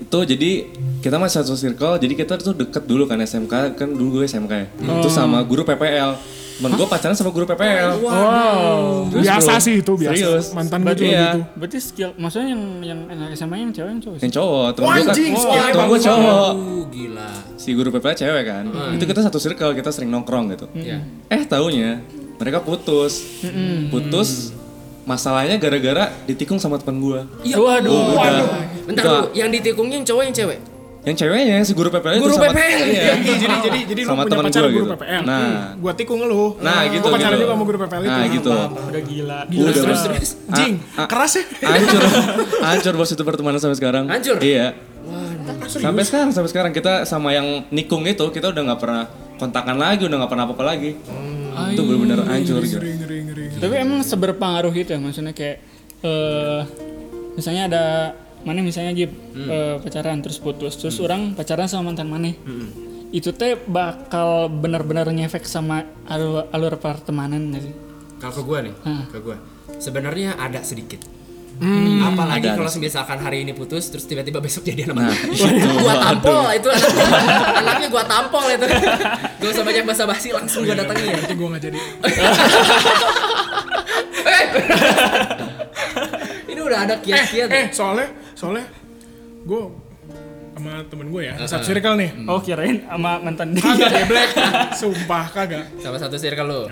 S5: Itu jadi kita masih satu circle, jadi kita tuh deket dulu kan SMK, kan dulu gue SMK ya.
S3: Hmm.
S5: Itu sama guru PPL. Temen gue pacaran sama guru PPL.
S3: wow
S5: Terus
S3: biasa
S5: bro.
S3: sih itu biasa
S5: Serius.
S3: mantan gue
S5: Berarti
S3: juga
S5: ya.
S3: gitu
S2: Berarti skill, maksudnya yang yang anak SMA yang cewek yang cowok sih?
S5: Yang cowok, temen
S3: Wah,
S5: gue kan,
S3: anjing, sekolah
S5: temen gue
S3: bagus
S5: cowok.
S1: Uh, gila.
S5: Si guru PPL cewek kan,
S3: Hmm.
S5: itu kita satu circle, kita sering nongkrong gitu.
S1: Ya.
S5: Eh taunya mereka putus,
S3: Hmm.
S5: putus masalahnya gara-gara ditikung sama temen gue.
S1: Iya.
S5: Waduh,
S1: Bentar dulu, yang ditikungnya yang cowok yang cewek?
S5: Yang ceweknya si guru PPL itu
S1: Guru
S5: sama
S1: PPL.
S5: Iya.
S3: jadi jadi jadi jadi lu
S5: Sama
S3: punya
S5: temen
S3: pacar
S5: gua
S3: guru
S5: gitu.
S3: PPL
S5: Nah.
S3: gue Hmm. tikung lu
S5: Nah, gitu,
S3: gue pacaran
S5: gitu.
S3: juga sama guru PPL itu
S5: Nah, gitu.
S2: Udah gila.
S3: Gila,
S5: Udah,
S3: terus
S5: Bang.
S3: terus jing
S5: Ah, ah.
S3: keras ya
S5: Hancur. Hancur bos itu pertemanan sampai sekarang.
S1: Hancur?
S5: Iya. Sampai sekarang, sampai sekarang kita sama yang nikung itu kita udah nggak pernah kontakan lagi, udah nggak pernah apa-apa lagi. Itu benar-benar hancur gitu.
S3: ngeri ngeri ngeri
S2: Tapi emang seberpengaruh itu ya maksudnya kayak eh misalnya ada mana misalnya Gib
S3: Hmm.
S2: eh, pacaran terus putus terus orang pacaran sama mantan mana
S3: Hmm.
S2: itu teh bakal benar-benar ngefek sama alur, alur pertemanan nggak sih?
S1: Kalau ke gua nih,
S2: Hah.
S5: Hmm.
S1: ke gua. Sebenarnya ada sedikit. Apalagi
S5: Ada,
S1: kalau
S5: ada.
S1: misalkan hari ini putus terus tiba-tiba besok jadi anak
S5: Nah,
S1: gua tampol itu anaknya. anaknya gua tampol itu. Gak usah banyak basa-basi langsung gua datengin.
S3: nanti gue Iya, nggak jadi
S1: Eh. ini udah ada kiat-kiat.
S3: eh soalnya soalnya gue sama temen gue ya satu circle nih
S5: Hmm.
S2: Oh kirain sama mantan dia.
S3: kagak deh black sumpah kagak
S1: Sama satu circle lo.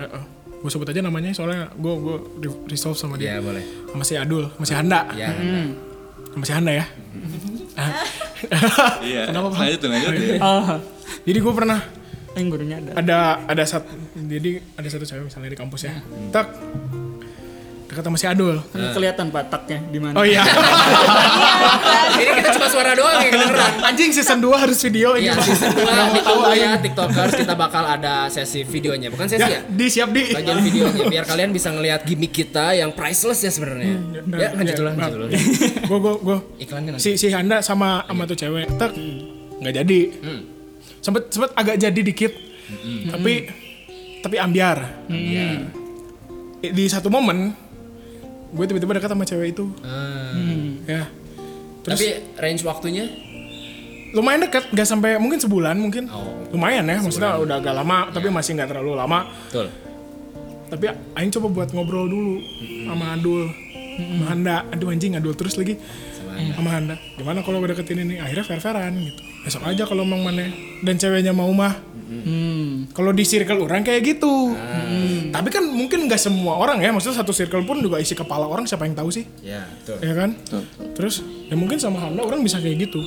S3: gue sebut aja namanya soalnya gue gue resolve sama
S1: Iya,
S3: dia
S1: boleh.
S3: sama si Adul sama si Handa
S1: Ya.
S3: Hmm. Iya, sama si Handa ya
S5: Hmm. Iya.
S3: Kenapa, Bang?
S5: Lanjut, lanjut.
S2: Ah,
S3: jadi gue pernah
S2: yang gurunya ada.
S3: ada ada satu jadi ada satu cewek misalnya di kampus ya tak dekat sama si Adul
S2: Kan kelihatan pataknya di mana.
S3: Hmm. oh iya kan?
S1: Ini kita cuma suara doang yang kedengeran.
S3: anjing season 2 harus video ini
S1: Iya, season 2 ditunggu ya TikTokers kita bakal ada sesi videonya. Bukan sesi ya?
S3: ya di siap di
S1: Bagian videonya biar kalian bisa ngelihat gimmick kita yang priceless ya sebenarnya.
S3: Hmm,
S1: Ya, lanjut dulu, lanjut dulu.
S3: gue gue gue
S1: Iklannya nanti. Iya.
S3: si si Handa sama sama tuh cewek tak nggak jadi
S1: Hmm.
S3: sempet sempet agak jadi dikit tapi tapi ambiar Eh, di satu momen gue tiba-tiba dekat sama cewek itu
S1: Hmm.
S3: ya
S1: Tapi range waktunya?
S3: lumayan dekat nggak sampai mungkin sebulan mungkin
S1: Oh.
S3: lumayan ya maksudnya udah agak lama tapi masih nggak terlalu lama
S1: Betul.
S3: tapi Aing coba buat ngobrol dulu sama Adul sama Handa aduh anjing Adul terus lagi Mm, sama Handa gimana kalau gue deketin ini akhirnya fair fairan gitu besok aja kalau emang mana dan ceweknya mau mah
S2: Hmm.
S3: Kalau di circle orang kayak gitu. Tapi kan mungkin nggak semua orang ya, maksudnya satu circle pun juga isi kepala orang siapa yang tahu sih,
S1: ya betul
S3: ya kan?
S5: Betul.
S3: Terus ya mungkin sama Hamda orang bisa kayak gitu.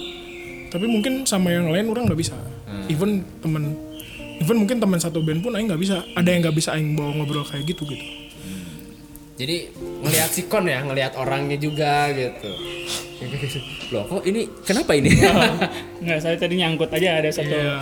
S3: Tapi mungkin sama yang lain orang nggak bisa.
S5: Hmm.
S3: Even temen, even mungkin teman satu band pun Aing nggak bisa. Ada yang nggak bisa Aing bawa ngobrol kayak gitu gitu.
S1: jadi ngelihat sikon ya ngelihat orangnya juga gitu loh kok ini kenapa ini
S2: Nggak, saya tadi nyangkut aja ada satu
S3: Iya.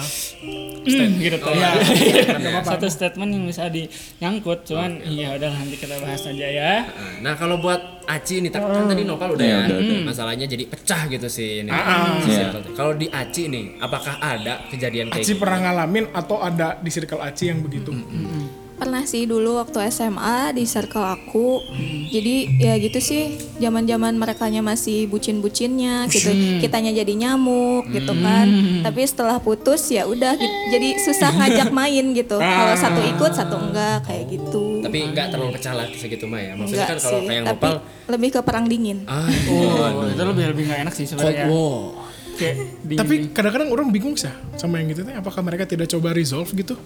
S2: Hmm, gitu tuh.
S1: Iya.
S2: satu statement yang bisa dinyangkut, cuman iya udah nanti kita bahas aja ya.
S1: nah kalau buat Aci nih tak- kan tadi nopal udah
S5: Iya,
S1: ya
S5: udah, udah.
S1: masalahnya jadi pecah gitu sih ini si
S5: Iya.
S1: circle. kalau di Aci nih apakah ada kejadian kayak
S3: Aci
S1: gitu?
S3: Ya. pernah ngalamin atau ada di circle Aci yang begitu?
S5: Hmm,
S4: pernah sih dulu waktu SMA di circle aku jadi ya gitu sih zaman zaman mereka masih bucin bucinnya gitu
S1: Hmm.
S4: kitanya jadi nyamuk gitu kan tapi setelah putus ya udah gi- jadi susah ngajak main gitu kalau satu ikut satu enggak kayak gitu
S1: Ah. tapi nggak terlalu pecah lah segitu mah ya maksudnya
S4: enggak
S1: kan kalau
S4: sih
S1: kayak yang
S4: tapi
S1: nopal
S4: lebih ke perang dingin
S1: ah
S2: Oh, itu lebih lebih nggak enak sih
S1: Cold
S2: sebenarnya.
S1: War
S2: Kayak di
S3: Tapi kadang-kadang orang bingung sih sama yang gitu teh apakah mereka tidak coba resolve gitu?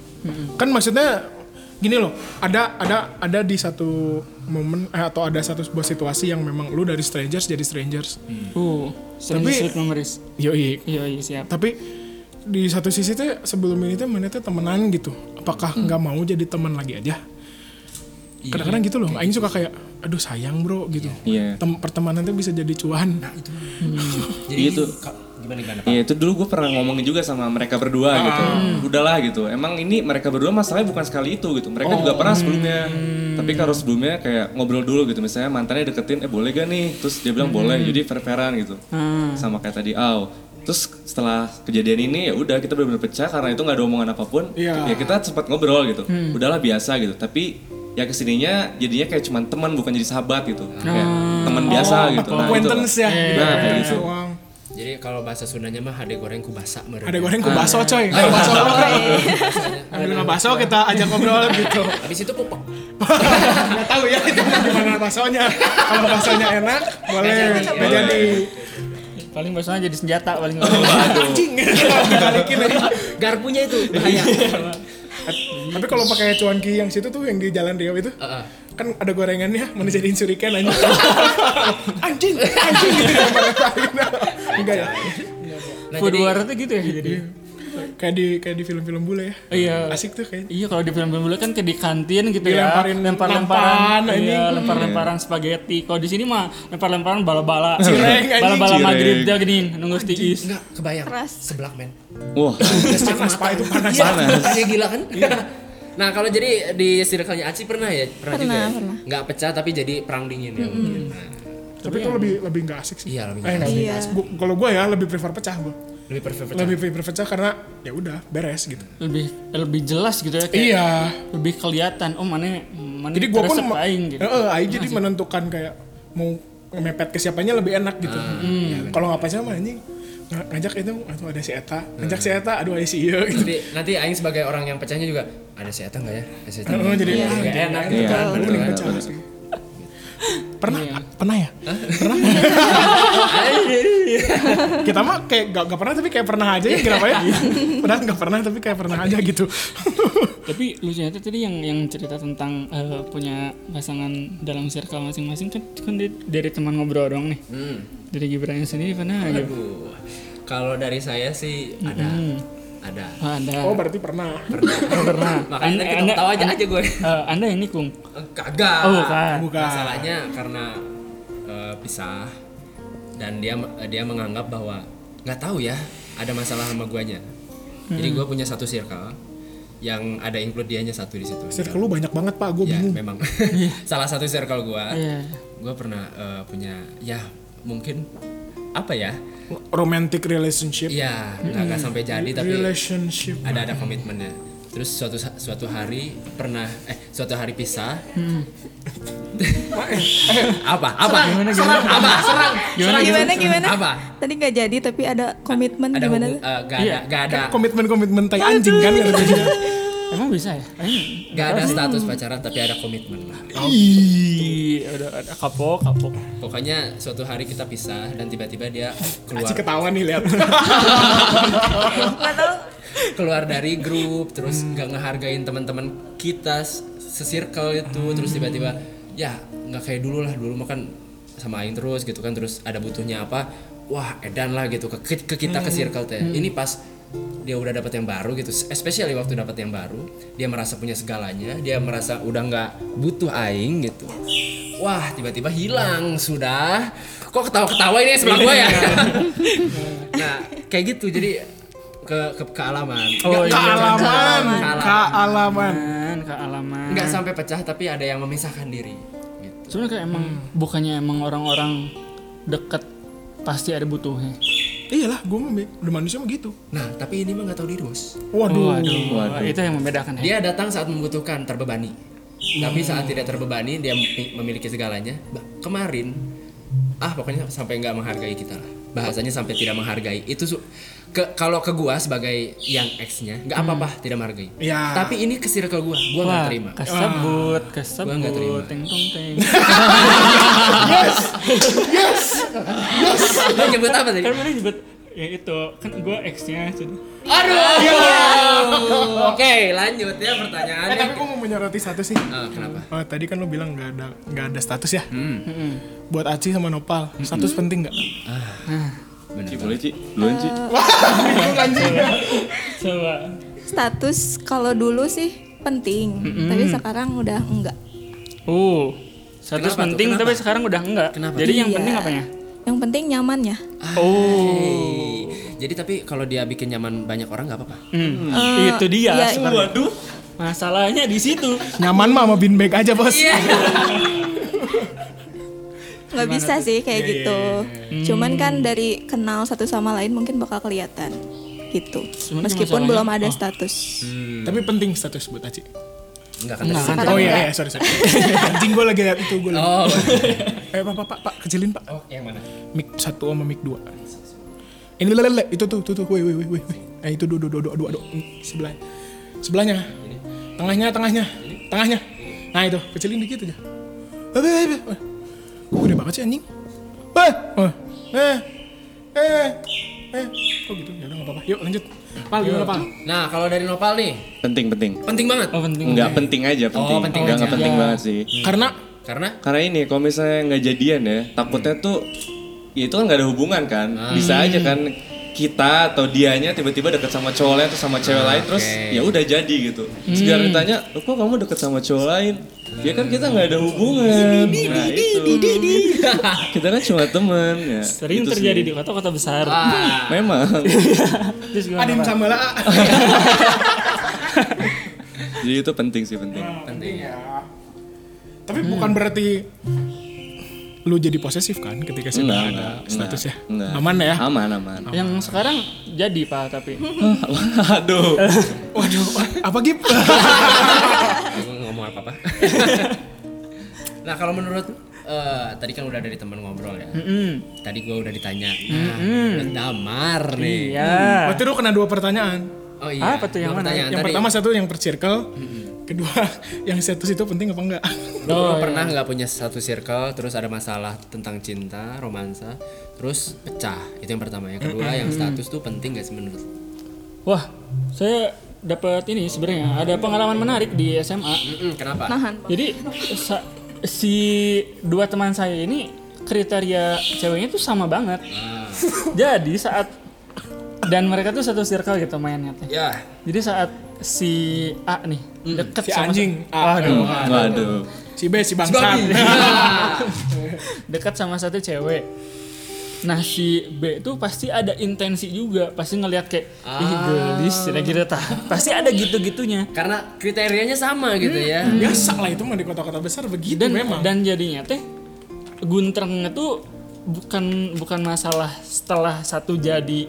S3: Kan maksudnya gini loh, ada ada ada di satu momen eh, atau ada satu sebuah situasi yang memang lu dari strangers jadi strangers.
S5: Hmm.
S2: uh, tapi
S3: Tapi-
S2: sweet memories.
S3: Yoi.
S2: Iya, iya siap.
S3: Tapi di satu sisi teh sebelum ini teh mana teh temenan gitu. Apakah nggak mau jadi teman lagi aja? Kadang-kadang gitu loh, aing suka kayak aduh sayang bro gitu.
S5: Iya.
S3: Tem- pertemanan tuh bisa jadi cuan.
S1: jadi
S5: Iya, Itu.
S1: ka- gimana gimana Pak?
S5: Iya itu dulu gue pernah ngomongin juga sama mereka berdua
S3: Ah.
S5: gitu. Udahlah gitu. Emang ini mereka berdua masalahnya bukan sekali itu gitu. Mereka juga
S3: Oh.
S5: pernah sebelumnya.
S3: Hmm.
S5: Tapi kalau sebelumnya kayak ngobrol dulu gitu. Misalnya mantannya deketin, eh boleh gak nih? Terus dia bilang boleh.
S3: Hmm.
S5: Jadi fair-fairan gitu.
S3: Ah.
S5: Sama kayak tadi Aw. Terus setelah kejadian ini ya udah kita benar-benar pecah karena itu nggak ada omongan apapun.
S3: Iya. Hmm.
S5: Ya kita sempat ngobrol gitu. Udahlah biasa gitu. Tapi ya kesininya jadinya kayak cuman teman bukan jadi sahabat gitu. Kayak teman biasa gitu. Nah, itu.
S3: Ah. Oh, Acquaintance ya.
S5: Nah, kayak gitu.
S3: Uang.
S1: jadi kalau bahasa Sundanya mah ada goreng kubasa meureun.
S3: Ada goreng ku baso coy. Ayo baso. Iya. Ambil nama baso kita ajak ngobrol gitu.
S1: habis itu pupuk
S3: Enggak tahu ya itu gimana basonya. Kalau basonya enak boleh enggak jadi.
S2: Paling biasanya jadi senjata paling.
S3: Anjing. Dibalikin aja.
S1: garpunya itu bahaya
S2: Iya.
S3: Tapi kalau pakai cuan ki yang situ tuh yang di Jalan Riau itu
S1: Ah, ah.
S3: kan ada gorengannya mana jadiin suriken anjing. anjing, anjing gitu lempar-lemparin. Enggak ya.
S1: nah,
S2: Food
S1: jadi
S2: war itu gitu ya jadi.
S3: Kayak di kayak di film-film bule ya.
S2: Iya.
S3: Asik tuh kayaknya.
S2: Iya kalau di film-film dulu kan ke di kantin gitu
S3: Dilemparin
S2: ya lempar-lemparan,
S3: nampan, anjing.
S2: iya, lempar-lemparan spaghetti. Kalau di sini mah lempar-lemparan bala-bala,
S3: Cireng, anjing.
S2: bala-bala
S5: Cireng.
S2: maghrib dia gini nunggu stickis.
S1: nggak kebayang
S4: Keras.
S1: seblak men
S5: Wah.
S1: panas pak itu panas
S5: Panas.
S1: kayak gila kan nah kalau jadi di circle-nya Aci pernah ya pernah, juga
S4: Pernah,
S1: ya?
S4: pernah.
S1: nggak pecah tapi jadi perang dingin ya mungkin. Nah,
S3: Tapi itu lebih lebih enggak asik sih.
S1: Iya, lebih
S3: Eh,
S1: nggak
S3: nggak
S4: asik.
S3: asik. Gua- Kalau gue ya lebih prefer pecah gue.
S1: lebih perfect pecah.
S3: Lebih prefer pecah karena ya udah beres gitu.
S2: Lebih lebih jelas gitu ya kayak
S3: Iya.
S2: lebih kelihatan oh mana mana
S3: Jadi gue pun
S2: teresep aing gitu.
S3: Heeh, aing jadi menentukan kayak mau mepet ke siapanya lebih enak gitu. Kalau nggak pacar mah anjing ng- ngajak itu aduh ada si Eta, ngajak si Eta, aduh ada si Iya gitu.
S1: nanti nanti Aing sebagai orang yang pecahnya juga ada si Eta nggak ya ada si Eta
S3: Heeh,
S1: nggak ya?
S3: jadi
S1: Nggak
S3: ah, jadi
S1: enak
S5: Iya,
S1: gitu kan
S5: betul,
S1: bener
S3: mending
S1: kan?
S3: pecah sih. Pernah, pernah ya? Pernah. Kita mah kayak gak, gak pernah tapi kayak pernah aja ya kenapa ya? Padahal gak pernah tapi kayak pernah aja gitu.
S2: Tapi lucunya itu tadi yang yang cerita tentang eh, punya pasangan dalam circle masing-masing kan kan di- dari teman ngobrol doang nih.
S1: Hmm.
S2: Dari Gibran sendiri pernah gitu. aja.
S1: Aduh, Iya, kalau dari saya sih ada ada
S2: Ada.
S3: oh berarti pernah.
S2: pernah.
S1: makanya
S2: Anda-
S1: kita
S2: Anda-
S1: ketawa aja aja gue
S2: Eh, anda yang nikung.
S1: Eh, kagak
S2: Oh, bukan.
S3: Bukan.
S1: masalahnya karena eh, pisah dan dia eh, dia menganggap bahwa nggak tahu ya ada masalah sama guanya jadi gue punya satu circle yang ada include dianya satu di situ
S3: Circle lu banyak banget pak, gue
S1: ya
S3: bingung. Iya.
S1: memang salah satu circle gue
S2: Iya.
S1: gue pernah eh, punya ya mungkin apa ya
S3: Romantic relationship.
S1: Iya, nggak nggak sampai jadi tapi
S3: Relationship.
S1: ada ada komitmennya. Terus suatu sa- suatu hari pernah eh suatu hari pisah. apa? Apa? Serang, apa? Serang.
S4: gimana gimana, gimana?
S1: Apa? Ah,
S4: tadi nggak jadi tapi ada komitmen
S1: Ada
S4: gimana
S1: hubung- eh, nggak ada nggak ada
S3: kan Komitmen-komitmen tai anjing kan ada jadinya.
S2: Emang bisa ya? Aing-
S1: nggak ada status pacaran tapi ada komitmen lah.
S2: Ih, ada ada kapok kapok.
S1: Pokoknya suatu hari kita pisah dan tiba-tiba dia keluar.
S3: Aci ketawa nih lihat.
S4: nggak tahu
S1: keluar dari grup terus nggak ngehargain teman-teman kita s- sesirkel itu terus tiba-tiba ya nggak kayak dulu lah dulu mah kan sama Aing terus gitu kan terus ada butuhnya apa wah edan lah gitu ke, ki- ke kita ke circle teh ini pas dia udah dapat yang baru gitu especially waktu dapat yang baru dia merasa punya segalanya dia merasa udah nggak butuh aing gitu wah tiba-tiba hilang sudah kok ketawa-ketawa ini sebelah gua ya nah kayak gitu jadi ke ke kealaman
S2: Oh, iya.
S3: Kealaman, kealaman.
S2: Kan ke alaman.
S1: nggak sampai pecah tapi ada yang memisahkan diri gitu
S2: Sebenarnya kayak emang bukannya emang orang-orang deket pasti ada butuhnya.
S3: Iyalah, gue mah mi- udah manusia mah gitu.
S1: nah tapi ini mah nggak tahu dirus
S2: Nah.
S3: Waduh.
S5: Waduh.
S2: Itu yang membedakan ya.
S1: dia datang saat membutuhkan terbebani tapi saat tidak terbebani dia mem- memiliki segalanya Bah, kemarin ah pokoknya sampai nggak menghargai kita lah bahasanya sampai tidak menghargai itu su- ke kalau ke gua sebagai yang ex-nya nggak apa-apa tidak menghargai
S3: Ya.
S1: tapi ini ke circle gua gua nggak
S2: Hmm. Wah,
S1: terima
S2: kesebut,
S1: Gua nggak terima.
S2: kesebut, ting tong ting.
S1: Lo nyebut apa tadi
S2: Kan mana nyebut ya itu kan gue ex-nya jadi.
S1: aduh oke lanjut ya
S3: Eh, tapi
S1: pertanyaannya
S3: gue mau menyoroti satu sih.
S1: Eh, kenapa
S3: Oh, tadi kan lu bilang nggak ada nggak ada status ya.
S1: hmm.
S2: Mm-mm.
S3: Buat Aci sama Nopal, status penting nggak?
S5: Ci, boleh Ci? Duluan Ci.
S2: Coba.
S4: Status kalau dulu sih penting, tapi sekarang udah enggak.
S2: Uh, status
S1: Kenapa tuh?
S2: penting
S1: Kenapa?
S2: tapi sekarang udah enggak.
S1: Kenapa?
S2: Jadi yang
S4: Iya.
S2: penting apanya?
S4: Yang penting ya. nyamannya.
S1: Oh. Jadi tapi kalau dia bikin nyaman banyak orang nggak apa-apa.
S2: Hmm.
S4: Eh,
S2: itu dia.
S4: iya,
S2: sebenarnya. Masalahnya di situ.
S3: Nyaman mah sama bin bag aja bos.
S1: Iya.
S4: Nggak bisa sih kayak
S1: Iya,
S4: gitu. Cuman
S1: Hmm.
S4: kan dari kenal satu sama lain mungkin bakal kelihatan gitu.
S2: Cuman
S4: Meskipun
S2: masalahnya-
S4: belum ada status.
S1: Hmm.
S3: Tapi penting status buat Aci.
S1: Nggak kan?
S2: Enggak kan?
S3: Oh iya, iya sorry sorry. Anjing gue lagi liat itu gue lagi.
S1: Oh.
S3: Eh pak pak pak, pak kecilin pak.
S1: oh, yang mana?
S3: Mic satu sama mic dua. Ini lele itu tuh tuh tuh, woi woi woi woi. woi. Eh itu dua dua dua dua dua dua. Hmm, sebelahnya, sebelahnya, tengahnya tengahnya, tengahnya. Nah itu kecilin dikit aja. Eh eh eh, eh, kok gede banget sih anjing? Eh eh eh eh eh, kok gitu? Ya udah nggak apa-apa. Yuk lanjut. Pal gimana pal?
S1: Nah, kalau dari Nopal nih,
S5: Penting, penting.
S1: penting banget.
S2: Oh penting.
S5: Enggak penting aja, penting.
S1: penting
S5: Enggak enggak
S1: aja.
S5: penting banget sih.
S3: Karena
S1: Karena
S5: Karena ini kalau misalnya nggak jadian ya, takutnya tuh ya itu kan nggak ada hubungan kan. Bisa aja kan kita atau dianya tiba-tiba deket sama cowok lain atau sama cewek lain terus ya udah jadi gitu. Segar ditanya, "Loh, kok kamu deket sama cowok lain?" Ya kan kita nggak ada hubungan. Nah, itu. Kita kan cuma temen ya.
S2: Sering
S5: Itu sih.
S2: terjadi di kota-kota besar.
S1: ah,
S5: Memang.
S2: Terus gimana?
S3: adim
S2: Pak?
S3: sama lah.
S5: Jadi itu penting sih penting.
S1: penting.
S3: Tapi
S5: Hmm.
S3: bukan berarti lu jadi posesif kan ketika sudah
S5: Enggak,
S3: ada
S5: enggak,
S3: status ya.
S5: enggak.
S3: Aman ya.
S5: Aman aman.
S2: Yang sekarang jadi pak tapi.
S5: Aduh.
S3: Waduh, apa gip?
S5: Nah.
S1: Gua ngomong apa apa? nah, kalau menurut eh, tadi kan udah dari teman ngobrol ya.
S2: Mm-mm.
S1: Tadi gua udah ditanya. Nah, menurut damar nih.
S2: Iya.
S3: Berarti lu kena dua pertanyaan.
S5: Nah,
S1: Oh iya.
S2: Apa tuh yang
S1: Dua
S2: mana?
S1: pertanyaan
S3: Yang
S1: tadi.
S3: pertama satu yang per circle,
S5: Hmm.
S3: kedua yang status itu penting apa enggak?
S1: Lo
S2: Oh,
S1: pernah
S2: iya.
S1: nggak punya satu circle, terus ada masalah tentang cinta, romansa, terus pecah. Itu yang pertama. Yang kedua, yang status tuh penting gak sih menurut? lo?
S2: Wah, saya dapat ini sebenarnya ada pengalaman menarik di SMA.
S1: Mm-mm, kenapa?
S4: Nahan.
S2: Jadi sa- si dua teman saya ini kriteria ceweknya tuh sama banget.
S3: Hmm.
S2: Jadi saat dan mereka tuh satu circle gitu mainnya teh.
S3: Iya.
S1: Ya.
S2: Jadi saat si A nih deket
S3: Hmm, Si
S2: sama Ah,
S3: anjing. Ah, Aduh.
S5: Hmm, Waduh.
S3: Si B si bangsat.
S2: dekat sama satu cewek. Nah si B itu pasti ada intensi juga, pasti ngelihat kayak ih
S1: Ah.
S2: gelis, kira-kira tah. Pasti ada gitu-gitunya.
S1: Karena kriterianya sama gitu ya.
S3: Biasa lah itu mah di kota-kota besar
S1: Gitu
S3: begitu
S2: Dan
S3: memang.
S2: dan jadinya teh guntrengnya tuh bukan bukan masalah setelah satu jadi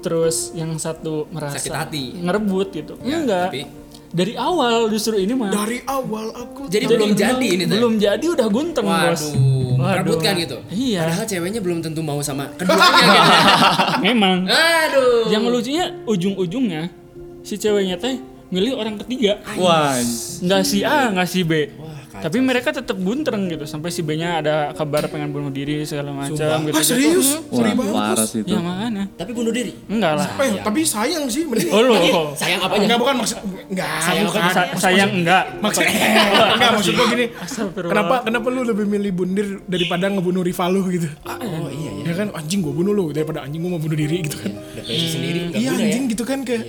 S2: terus yang satu merasa
S1: Sakit hati.
S2: ngerebut gitu.
S1: Ya,
S2: Enggak.
S1: tapi-
S2: Dari awal justru ini mah.
S3: Dari awal aku
S1: Jadi belum jadi ini tuh.
S2: belum jadi udah guntreng, Bos.
S1: Waduh, merebutkan gitu.
S2: Iya.
S1: Padahal ceweknya belum tentu mau sama keduanya gitu.
S2: Memang.
S1: Aduh.
S2: Yang lucunya ujung-ujungnya si ceweknya teh milih orang ketiga.
S5: Wah.
S2: Nggak si A, nggak si B.
S1: Wah,
S2: Tapi mereka tetap buntereng gitu sampai si B-nya ada kabar pengen bunuh diri segala macam gitu.
S3: ah serius
S5: Wah,
S3: serius banget
S5: parah sih itu.
S2: Ya makanya.
S1: Tapi bunuh diri.
S2: Enggak lah.
S3: eh tapi sayang sih mending
S2: Oh loh.
S3: Iya,
S1: Sayang apanya?
S5: iya.
S3: Enggak bukan maksud enggak
S1: Sayang
S3: bukan.
S1: apa?
S2: Sa-
S3: Iya.
S2: sayang enggak.
S3: Maksud enggak maksud gua gini.
S2: Astagfirullah.
S3: Kenapa kenapa lu lebih milih bundir daripada ngebunuh rival lu gitu?
S1: Oh iya iya.
S3: Ya kan anjing gua bunuh lu daripada anjing gua mau bunuh diri gitu kan.
S1: Depresi sendiri nggak
S3: Iya
S1: guna ya.
S3: anjing gitu kan kayak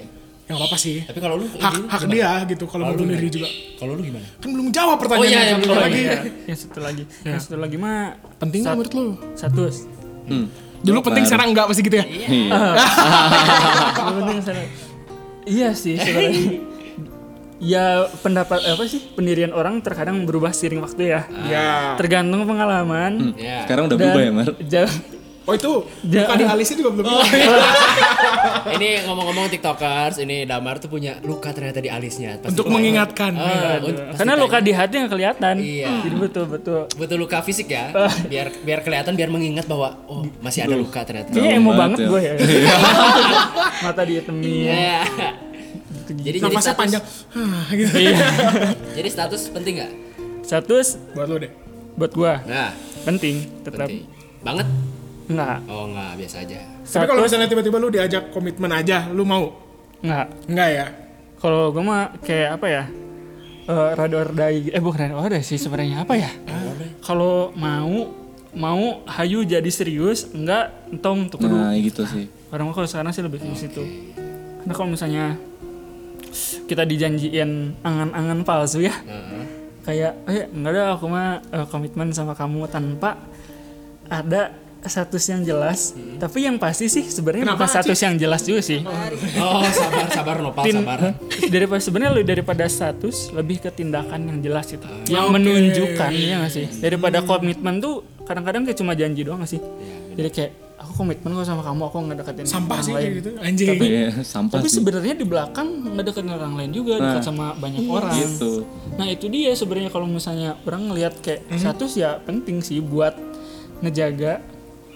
S3: ya nggak apa-apa sih.
S1: Tapi kalau lu
S3: Hak
S1: gimana?
S3: hak dia gitu kalau mau
S1: Kalau lu
S3: bunuh diri
S1: gimana?
S3: juga.
S1: Kalau lu gimana?
S3: Kan belum jawab
S1: Oh iya iya
S3: pertanyaan
S1: betul
S3: lagi.
S1: iya.
S2: Yang satu lagi. Yang satu lagi mah
S3: Penting nggak
S2: Sat-
S3: menurut lu?
S2: satu.
S5: Hmm.
S3: Dulu penting sekarang enggak pasti gitu ya.
S5: Iya.
S2: Yang penting sana. Iya sih sebenarnya. ya pendapat apa sih pendirian orang terkadang berubah seiring waktu ya.
S3: Ya.
S2: Tergantung
S3: Hmm.
S2: pengalaman.
S1: Iya.
S5: Sekarang udah berubah ya, Mar?
S2: jauh-
S3: Oh itu
S2: Ja-
S3: luka di alisnya juga
S1: Oh,
S3: belum.
S1: iya. Ini ngomong-ngomong TikTokers, ini Damar tuh punya luka ternyata di alisnya. Pas
S3: Untuk Iya,
S1: dibuka-
S3: mengingatkan.
S1: Iya. Ah, un- pas
S2: Karena
S1: ditanya-
S2: luka di hati yang kelihatan.
S1: Iya.
S2: Jadi betul betul.
S1: butuh luka fisik ya biar biar kelihatan biar mengingat bahwa oh masih ada luka ternyata
S2: Kayaknya
S5: Dalam
S2: emo banget
S5: banget Iya.
S2: gue ya. Mata ditemin.
S1: Iya. jadi jadi
S3: Nafasnya
S1: status, Iya.
S3: panjang. Hah, gitu.
S1: jadi status penting nggak
S2: Satu s-
S3: Buat lu deh.
S2: buat gue
S1: nah
S2: penting tetap.
S1: penting banget
S2: Enggak.
S1: oh nggak biasa aja
S3: Tapi kalau
S2: Satu-
S3: misalnya tiba-tiba lu diajak komitmen aja, lu mau?
S2: Enggak.
S3: Enggak ya?
S2: Kalau gue mah kayak apa ya? Eh rada ordai. Eh bukan rada ordai sih sebenarnya apa ya? Kalau mau mau hayu jadi serius, enggak entong tuh kudu.
S5: Nah, gitu sih.
S2: Orang mah kalau sekarang sih lebih ke situ. Karena kalau misalnya kita dijanjiin angan-angan palsu ya,
S1: Heeh.
S2: kayak eh nggak ada aku mah eh, komitmen sama kamu tanpa ada status yang jelas. Tapi yang pasti sih sebenarnya bukan status yang jelas juga sih.
S1: oh sabar sabar nopal
S2: Tin-
S1: sabar
S2: daripada sebenarnya lebih daripada status lebih ke tindakan yang jelas gitu yang menunjukkan ya nggak sih
S3: Hmm.
S2: daripada komitmen tuh kadang-kadang kayak cuma janji doang nggak sih jadi kayak aku komitmen kok sama kamu aku nggak deketin
S3: Sampah
S2: orang
S3: sih
S2: lain.
S3: kayak gitu. Anjing.
S5: Tapi Iya, sampah
S2: tapi
S5: sih.
S2: sebenarnya di belakang nggak deketin orang lain juga dekat sama banyak orang
S5: Gitu.
S2: nah itu dia sebenarnya kalau misalnya orang ngelihat kayak status ya penting sih buat ngejaga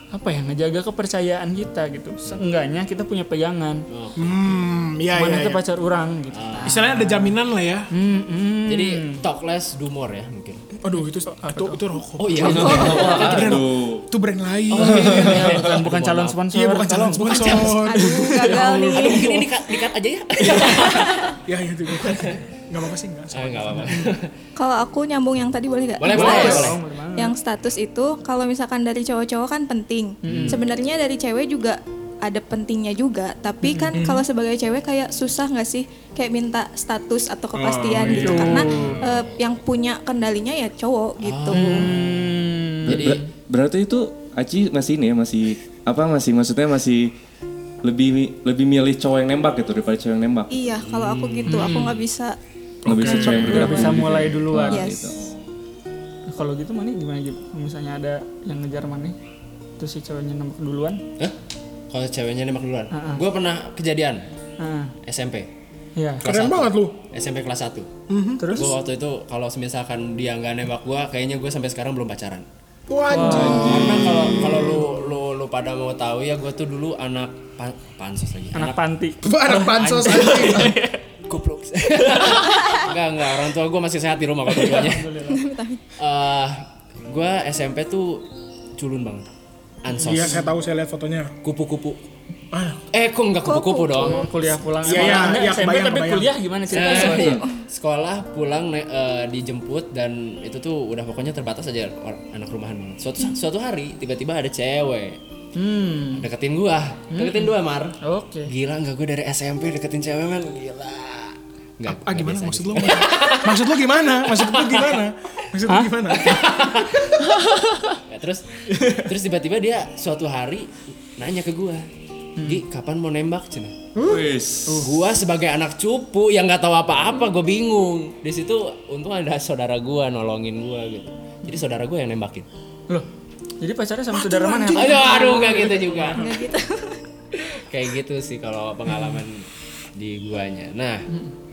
S2: apa ya ngejaga kepercayaan kita gitu seenggaknya kita punya pegangan
S3: Hmm, iya
S2: mana
S3: iya.
S2: itu
S3: iya.
S2: pacar orang gitu
S3: Istilahnya ada jaminan lah ya.
S2: Hmm, hmm.
S1: jadi talk less do more ya mungkin
S3: Aduh, itu itu, itu rokok.
S1: oh iya
S5: Aduh.
S3: Itu brand lain.
S2: Eh, bukan, bukan calon sponsor.
S3: Iya, bukan calon sponsor.
S4: Aduh, gagal
S1: Ya
S4: nih.
S1: mungkin ini dikat dikat aja ya
S3: Ya itu bukan. Enggak Eh, apa-apa sih, enggak.
S1: Ah, nggak apa-apa
S4: Kalau aku nyambung yang tadi boleh gak?
S1: boleh boleh
S4: Status.
S1: boleh
S4: Yang status itu kalau misalkan dari cowok-cowok kan penting.
S1: Hmm.
S4: Sebenarnya dari cewek juga ada pentingnya juga. Tapi
S1: Hmm.
S4: kan kalau sebagai cewek kayak susah nggak sih kayak minta status atau
S1: Oh,
S4: kepastian gitu
S1: iya.
S4: karena eh, yang punya kendalinya ya cowok gitu.
S1: Hmm.
S2: Hmm.
S5: Ber-
S1: jadi
S5: ber- berarti itu Aci masih ini ya masih apa masih maksudnya masih lebih lebih milih cowok yang nembak gitu daripada cewek yang nembak.
S4: Iya, kalau aku gitu aku nggak bisa.
S5: Lebih bisa cewek yang bergerak
S2: bisa
S5: sendiri.
S2: mulai duluan.
S5: Nah,
S4: Yes.
S5: gitu.
S2: Kalau gitu mana gimana gitu? Kalau Misalnya ada yang ngejar mana? Terus si ceweknya nembak duluan.
S1: Hah? kalau ceweknya nembak duluan gue pernah kejadian
S2: Nah,
S1: SMP
S2: ya.
S3: Keren banget lu.
S1: SMP kelas 1
S2: Terus
S1: Gue waktu itu kalau misalkan dia nggak nembak gue, kayaknya gue sampai sekarang belum pacaran.
S3: Wah, anjing.
S1: Karena kalau kalau lu lu lu pada mau tahu ya gue tuh dulu anak pan- pansos lagi.
S2: anak panti.
S3: Anak pansos anjing.
S1: goblok. enggak enggak orang tua gue masih sehat di rumah kok dua-duanya. Eh, gue SMP tuh culun banget. Ansos.
S3: Iya, saya tahu saya lihat fotonya.
S1: Kupu-kupu.
S3: Ah,
S1: Eh kok nggak kupu-kupu dong?
S2: Kuliah pulang.
S3: Iya, iya,
S2: Emang
S3: iya,
S2: SMP
S3: kebayang,
S2: tapi
S3: kebayang.
S2: kuliah gimana sih?
S1: Eh, sekolah pulang naik, eh, dijemput dan itu tuh udah pokoknya terbatas aja or- anak rumahan banget. Suatu suatu hari tiba-tiba ada cewek
S2: Hmm.
S1: deketin gua deketin dua mar
S2: Oke.
S1: gila nggak gua dari SMP deketin cewek men gila nggak
S3: ah gimana maksud lu? Maksud lu gimana? Maksud lu gimana? Maksud lu gimana?
S1: Ya, terus terus tiba-tiba dia suatu hari nanya ke gua
S3: Hmm.
S1: Gi, kapan mau nembak cina
S5: Wis.
S1: gua sebagai anak cupu yang nggak tahu apa-apa gua bingung di situ untung ada saudara gua nolongin gua gitu jadi saudara gua yang nembakin
S2: Loh. Jadi pacarnya sama saudara mana?
S1: aduh aduh nggak gitu juga
S4: Nggak gitu.
S1: kayak gitu sih kalau pengalaman di guanya nah
S3: Hmm.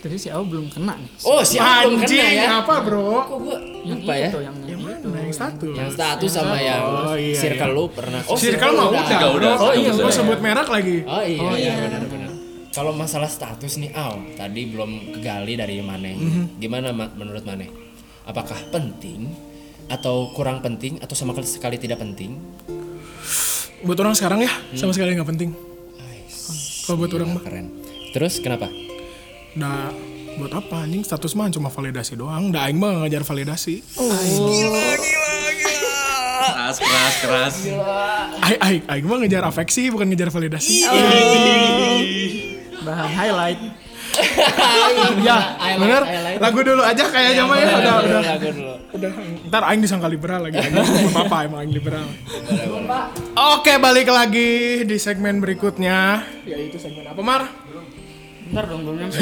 S2: Jadi si Aw belum kena nih.
S1: oh si Agung kena
S3: Anjing,
S1: ya
S3: apa bro?
S1: kok gua
S2: Yang
S1: lupa
S3: Eh?
S1: ya
S2: itu, yang
S3: Yang mana? Yang status?
S1: yang status sama yang circle lu pernah oh
S3: Oh, iya, Circle mah udah,
S5: Udah,
S3: bro.
S5: udah,
S3: Oh iya,
S5: status
S3: gua
S5: udah.
S3: sebut merek lagi.
S1: oh iya iya benar-benar kalau
S3: Mhm.
S1: masalah status nih Al tadi belum kegali dari Mane gimana Ma- menurut Mane apakah penting atau kurang penting atau sama sekali tidak penting
S3: buat orang sekarang ya sama sekali nggak penting Kalau buat orang mah.
S1: Iya, keren terus kenapa
S3: nah buat apa anjing status mah cuma validasi doang dah aing mah ngajar validasi
S5: keras keras keras
S3: aing aing aing mah ngejar afeksi bukan ngejar validasi Iya,
S6: bahan highlight
S3: ya bener lagu dulu aja kayaknya mah ya udah udah
S1: lagu dulu
S3: udah ntar aing disangka liberal lagi apa apa emang aing liberal oke balik lagi di segmen berikutnya yaitu Ya, segmen apa mar
S2: Ntar dong belum nyampe.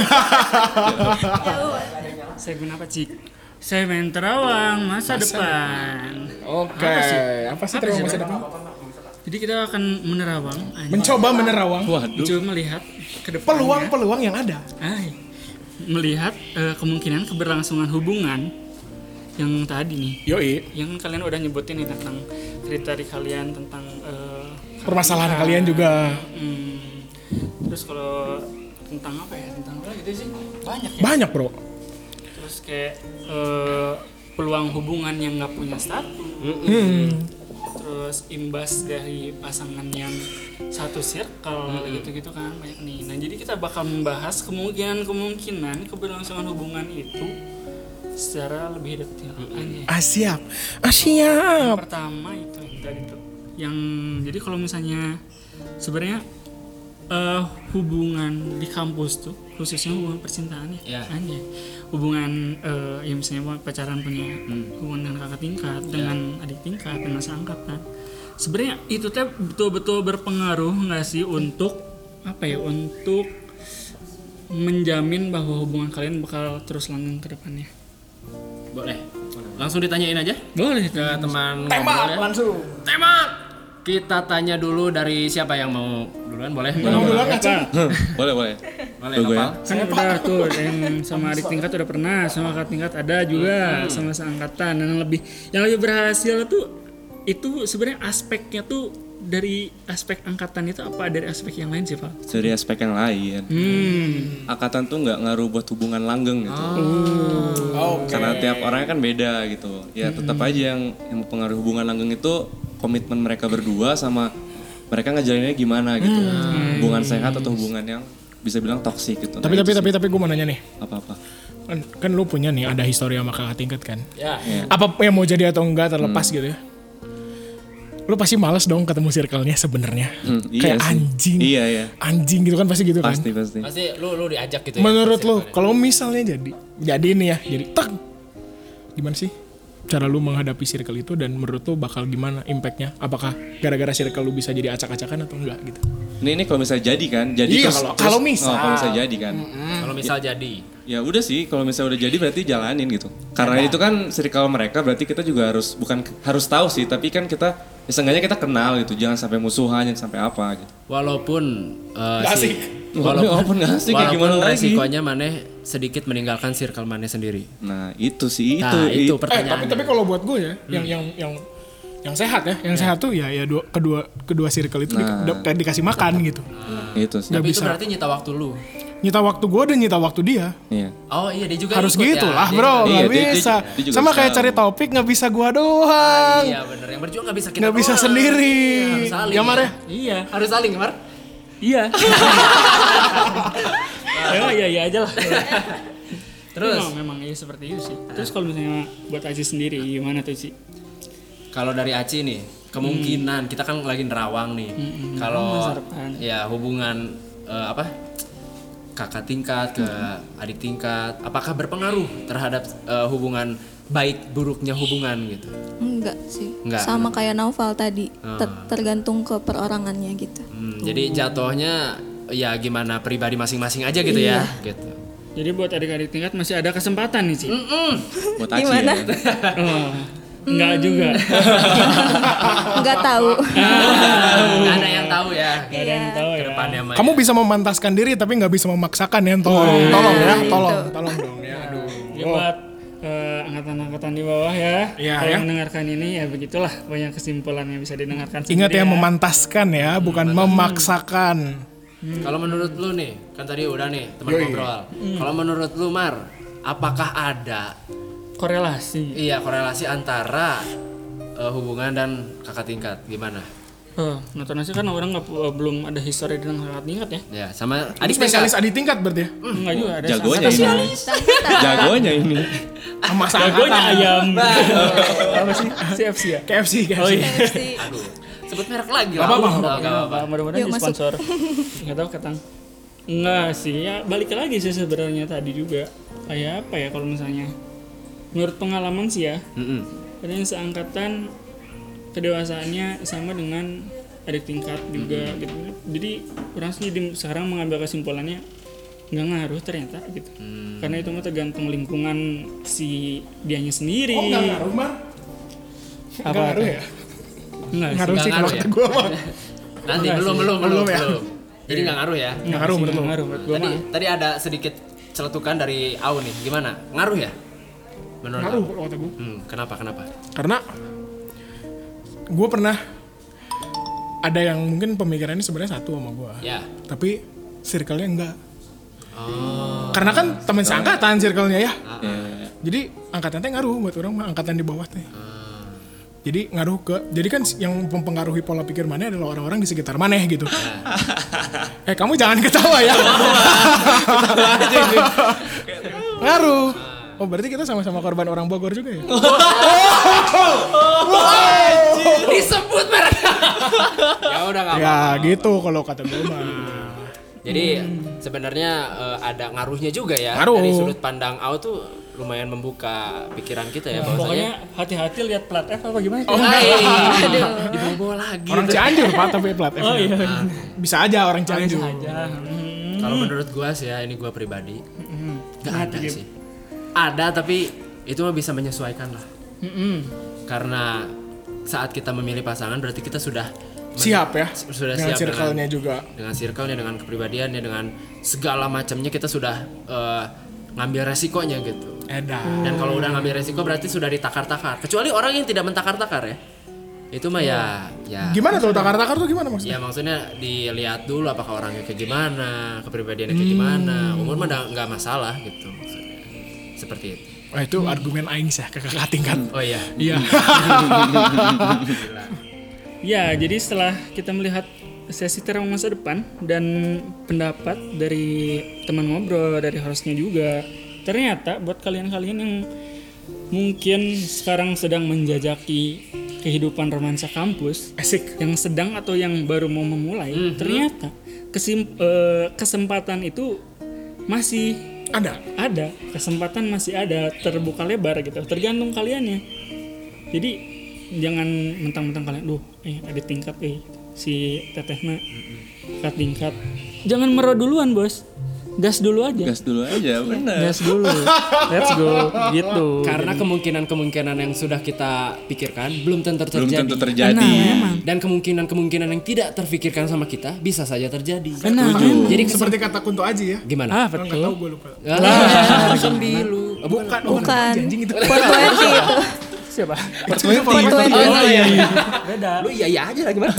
S2: Segmen apa cik? Segmen terawang masa, depan.
S3: oke apa sih terima masa depan
S2: Jadi kita akan menerawang, ay,
S3: mencoba menerawang
S5: waduh
S2: mencoba melihat ke depannya.
S3: peluang-peluang yang ada
S2: Ay, melihat eh, kemungkinan keberlangsungan hubungan yang tadi nih,
S3: yoi
S2: yang kalian udah nyebutin nih tentang kriteria kalian tentang eh,
S3: permasalahan
S2: kalian.
S3: kalian juga
S2: Hmm, terus kalau tentang apa ya tentang apa gitu sih banyak ya.
S3: banyak bro
S2: Terus kayak eh, peluang hubungan yang nggak punya status.
S3: Hmm,
S2: Terus imbas dari pasangan yang satu circle gitu-gitu kan banyak nih. Nah jadi kita bakal membahas kemungkinan-kemungkinan keberlangsungan hubungan itu secara lebih detail. Anjay.
S3: ah siap ah siap
S2: pertama itu yang tadi tuh yang jadi kalau misalnya sebenarnya eh, hubungan di kampus tuh khususnya hubungan percintaan ya
S1: Iya.
S2: anjay. hubungan eh, ya misalnya pacaran punya hubungan dengan kakak tingkat dengan adik tingkat dengan seangkatan sebenarnya itu teh betul-betul berpengaruh nggak sih untuk apa ya untuk menjamin bahwa hubungan kalian bakal terus langgeng ke depannya
S1: boleh langsung ditanyain aja
S2: boleh
S1: ke teman ngobrol ya.
S6: langsung
S1: tembak kita tanya dulu dari siapa yang mau duluan boleh
S3: Ngomong dulu kan Cing?
S5: boleh boleh
S1: boleh
S5: Tuh, gue
S1: Nopal.
S2: kan udah tuh yang sama adik tingkat udah pernah sama kakak tingkat ada juga sama seangkatan dan yang lebih yang lebih berhasil tuh itu sebenarnya aspeknya tuh dari aspek angkatan itu apa dari aspek yang lain sih pak?
S5: dari aspek yang lain
S2: Hmm,
S5: akatan tuh nggak ngaruh buat hubungan langgeng gitu
S3: Ah. Hmm. Oh,
S5: karena tiap orangnya kan beda gitu ya tetap aja yang yang mempengaruhi hubungan langgeng itu komitmen mereka berdua sama mereka ngejalaninnya gimana gitu
S3: Hmm.
S5: hubungan sehat atau hubungan yang bisa bilang toksik gitu
S3: tapi tapi tapi tapi gue mau nanya nih
S5: apa apa
S3: kan, kan lu punya nih ada histori sama kakak tingkat kan
S1: ya
S5: Iya.
S3: apa yang mau jadi atau enggak terlepas
S5: Hmm.
S3: gitu ya lu pasti males dong ketemu circle-nya sebenarnya
S5: Hmm, iya
S3: kayak
S5: sih.
S3: anjing
S5: Iya, iya.
S3: anjing gitu kan pasti gitu kan
S5: pasti pasti
S1: pasti lu lu diajak gitu ya
S3: menurut
S1: pasti.
S3: lu kalau misalnya jadi jadi ini ya jadi tek gimana sih cara lu menghadapi circle itu dan menurut lu bakal gimana impactnya apakah gara-gara circle lu bisa jadi acak-acakan atau enggak gitu
S5: ini ini kalau misalnya jadi kan jadi
S3: Iya,
S5: terus-
S3: kalau-
S5: terus-
S3: kalau misal.
S5: oh, kalau misalnya jadi kan
S1: Hmm, kalau misal jadi
S5: ya udah sih kalau misalnya udah jadi berarti jalanin gitu
S1: Iya,
S5: karena itu kan circle mereka berarti kita juga harus bukan harus tahu sih tapi kan kita ya, seenggaknya kita kenal gitu jangan sampai musuhan jangan sampai apa gitu
S1: walaupun eh,
S3: Nggak
S1: si-
S3: asik.
S5: Walaupun nggak asik, ya
S1: walaupun
S5: gimana lagi?
S1: resikonya maneh sedikit meninggalkan circle maneh sendiri
S5: nah itu sih itu
S1: nah itu,
S3: eh
S5: i-
S3: tapi
S1: pertanyaan
S3: tapi kalau buat gue ya yang yang yang yang sehat ya yang sehat tuh ya ya dua, kedua kedua circle itu di-
S5: Nah.
S3: da- kayak dikasih makan gitu
S5: itu sih
S3: nggak
S1: tapi itu
S3: bisa.
S1: berarti nyita waktu lu
S3: nyita waktu gue dan nyita waktu dia
S5: iya
S1: oh iya dia juga
S3: harus
S1: ikut
S3: gitu
S1: ya.
S3: lah
S1: Dia
S3: bro
S1: juga-
S3: nggak
S5: Iya, dia- dia-
S3: bisa
S5: dia juga
S3: sama kayak
S5: bisa. Ah,
S3: cari topik nggak bisa gue doang
S1: iya bener yang berjuang nggak bisa kita
S3: nggak bisa
S1: doang.
S3: sendiri
S1: Iya, harus saling
S3: ya Mar ya?
S2: iya,
S1: harus saling Mar
S2: iya. ya iya iya aja lah.
S1: Terus?
S2: memang, memang iya seperti itu sih. Terus kalau misalnya buat Aziz sendiri gimana tuh sih?
S1: kalau dari Aci nih kemungkinan kita kan lagi nerawang nih kalau
S2: Masa depan.
S1: ya hubungan eh, apa kakak tingkat ke adik tingkat apakah berpengaruh terhadap eh, hubungan baik buruknya hubungan gitu
S4: Enggak sih.
S1: Enggak.
S4: Sama kayak novel tadi, ter- tergantung ke perorangannya gitu.
S1: Hmm, jadi jatuhnya ya gimana pribadi masing-masing aja gitu ya gitu
S2: Jadi buat adik-adik tingkat masih ada kesempatan nih sih.
S5: buat Aci
S4: Gimana?
S5: ya.
S2: Oh, enggak juga.
S4: Enggak tahu.
S1: Nggak ada yang tahu ya
S2: Gak ada yang tahu ya.
S1: depannya Mai.
S3: Kamu bisa memantaskan diri tapi nggak bisa memaksakan ya, tolong, tolong ya, tolong, tolong dong ya. Aduh.
S2: Ya, buat eh, angkatan-angkatan di bawah ya.
S3: Iya,
S2: Kalau
S3: ya.
S2: mendengarkan ini ya begitulah banyak kesimpulan yang bisa didengarkan.
S3: Ingat ya
S2: sendiri
S3: memantaskan ya, bukan memaksakan.
S1: kalau menurut lu nih kan tadi udah nih teman ngobrol kalau menurut lu Mar apakah ada
S2: korelasi
S1: Iya korelasi antara eh, hubungan dan kakak tingkat gimana?
S2: Eh, notabene sih kan orang nggak pu- eh, belum ada history dengan kakak tingkat ya
S1: Ya sama adik spesialis.
S3: spesialis adik tingkat berarti ya
S2: nggak juga ada
S5: Jagonya ini. Jagonya ini.
S3: sama
S2: jagonya iya.
S3: seangkatan.
S2: ayam apa sih CFC ya
S3: KFC KFC
S2: oh iya
S4: Pasti.
S1: Aduh sebut merek lagi
S3: Gak apa-apa,
S1: Nggak
S3: gak
S2: Nggak
S1: apa-apa.
S2: apa-apa, mudah-mudahan
S4: Yuk,
S2: di
S4: masuk.
S2: sponsor nggak tahu ketang nggak sih ya balik lagi sih sebenarnya tadi juga kayak apa ya kalau misalnya menurut pengalaman sih ya
S1: Mm-mm.
S2: ada yang seangkatan kedewasaannya sama dengan adik tingkat juga gitu jadi orang sih di- sekarang mengambil kesimpulannya nggak ngaruh ternyata gitu karena itu mah tergantung lingkungan si dianya sendiri
S3: oh nggak ngaruh mar
S2: Apa?
S3: nggak ngaruh ya
S2: Nggak sih.
S3: ngaruh
S1: Nggak
S3: sih kalau
S1: ngaruh ya?
S3: kata gue mah
S1: Nanti belum belum belum belum. Jadi nggak ngaruh ya.
S2: Nggak
S3: ngaruh
S2: sih,
S3: menurut
S2: nggak
S3: lo?
S2: ngaruh menurut Iya. gua
S1: Tadi
S2: mah.
S1: tadi ada sedikit celetukan dari Au nih gimana? Ngaruh ya? Menurut
S3: ngaruh
S1: Au?
S3: kalau kata gue
S1: Hmm, kenapa kenapa?
S3: karena gue pernah ada yang mungkin pemikirannya sebenarnya satu sama gue
S1: Ya.
S3: tapi circle-nya enggak
S1: Oh.
S3: karena kan teman seangkatan circle-nya ya
S2: Ah,
S5: Ya.
S3: jadi angkatan teh ngaruh buat orang mah angkatan di bawah teh jadi ngaruh ke jadi kan yang mempengaruhi pola pikir mana adalah orang-orang di sekitar maneh gitu eh kamu jangan ketawa ya
S2: gitu.
S3: ngaruh oh berarti kita sama-sama korban orang Bogor juga ya
S2: Oh.
S1: Ya. Disebut merek. ya udah nggak apa.
S3: ya gitu kalau kata gue mah
S2: Gitu.
S1: Jadi sebenarnya eh, ada ngaruhnya juga ya
S3: Ngaruh.
S1: dari sudut pandang Au tuh lumayan membuka pikiran kita ya
S2: pokoknya
S1: bahwasanya.
S2: hati-hati lihat plat F apa gimana oh,
S1: Hai, Iya. aduh, dibawa lagi.
S3: orang Cianjur pak tapi plat F-nya.
S2: iya
S3: bisa aja orang Cianjur
S2: aja hmm.
S1: Kalau menurut gua sih ya, ini gua pribadi, nggak
S3: Nah,
S1: ada sih. Ada tapi itu mah bisa menyesuaikan lah.
S2: Mm-mm.
S1: Karena saat kita memilih pasangan berarti kita sudah men-
S3: siap ya
S1: sudah
S3: dengan
S1: siap
S3: circle-nya
S1: dengan
S3: juga
S1: dengan circle-nya, dengan kepribadiannya, dengan segala macamnya kita sudah eh, ngambil resikonya gitu.
S3: edan
S1: Dan kalau udah ngambil resiko berarti sudah ditakar-takar. Kecuali orang yang tidak mentakar-takar ya. Itu mah ya ya
S3: gimana tuh takar-takar tuh gimana maksudnya
S1: Ya maksudnya dilihat dulu apakah orangnya kayak gimana, kepribadiannya kayak gimana, umur mah nggak- nggak masalah gitu maksudnya. Seperti itu.
S3: Wah itu argumen aing sih ya, ke kakak tingkat.
S1: Oh iya.
S3: Iya.
S2: Ya, jadi setelah kita melihat sesi terang masa depan dan pendapat dari teman ngobrol, dari hostnya juga, ternyata buat kalian-kalian yang mungkin sekarang sedang menjajaki kehidupan romansa kampus,
S3: Asik.
S2: yang sedang atau yang baru mau memulai, ternyata kesim- eh, kesempatan itu masih
S3: Ada.
S2: ada kesempatan masih ada terbuka lebar gitu tergantung kaliannya jadi jangan mentang-mentang kalian duh eh ada tingkat eh si tetehna tingkat tingkat jangan merah duluan bos gas dulu aja
S5: Gas dulu aja, bener.
S2: gas dulu let's go gitu
S1: Karena kemungkinan-kemungkinan yang sudah kita pikirkan belum tentu
S5: Belum
S1: terjadi.
S5: tentu terjadi.
S1: Dan kemungkinan-kemungkinan yang tidak terfikirkan sama kita bisa saja terjadi.
S2: Benar.
S1: Jadi kesem-
S3: Seperti kata Kunto Aji ya.
S1: gimana?
S2: ah
S3: Orang nggak
S2: betul
S3: tahu gue lupa.
S1: Ah, sembilu. Eh,
S3: Bukan.
S4: Bukan.
S3: Anjing itu.
S4: Porto RT itu.
S2: siapa
S3: Itu
S4: Porto
S3: Porto
S4: RT.
S1: Oh iya. iya.
S2: beda
S1: Lu iya iya aja lah gimana?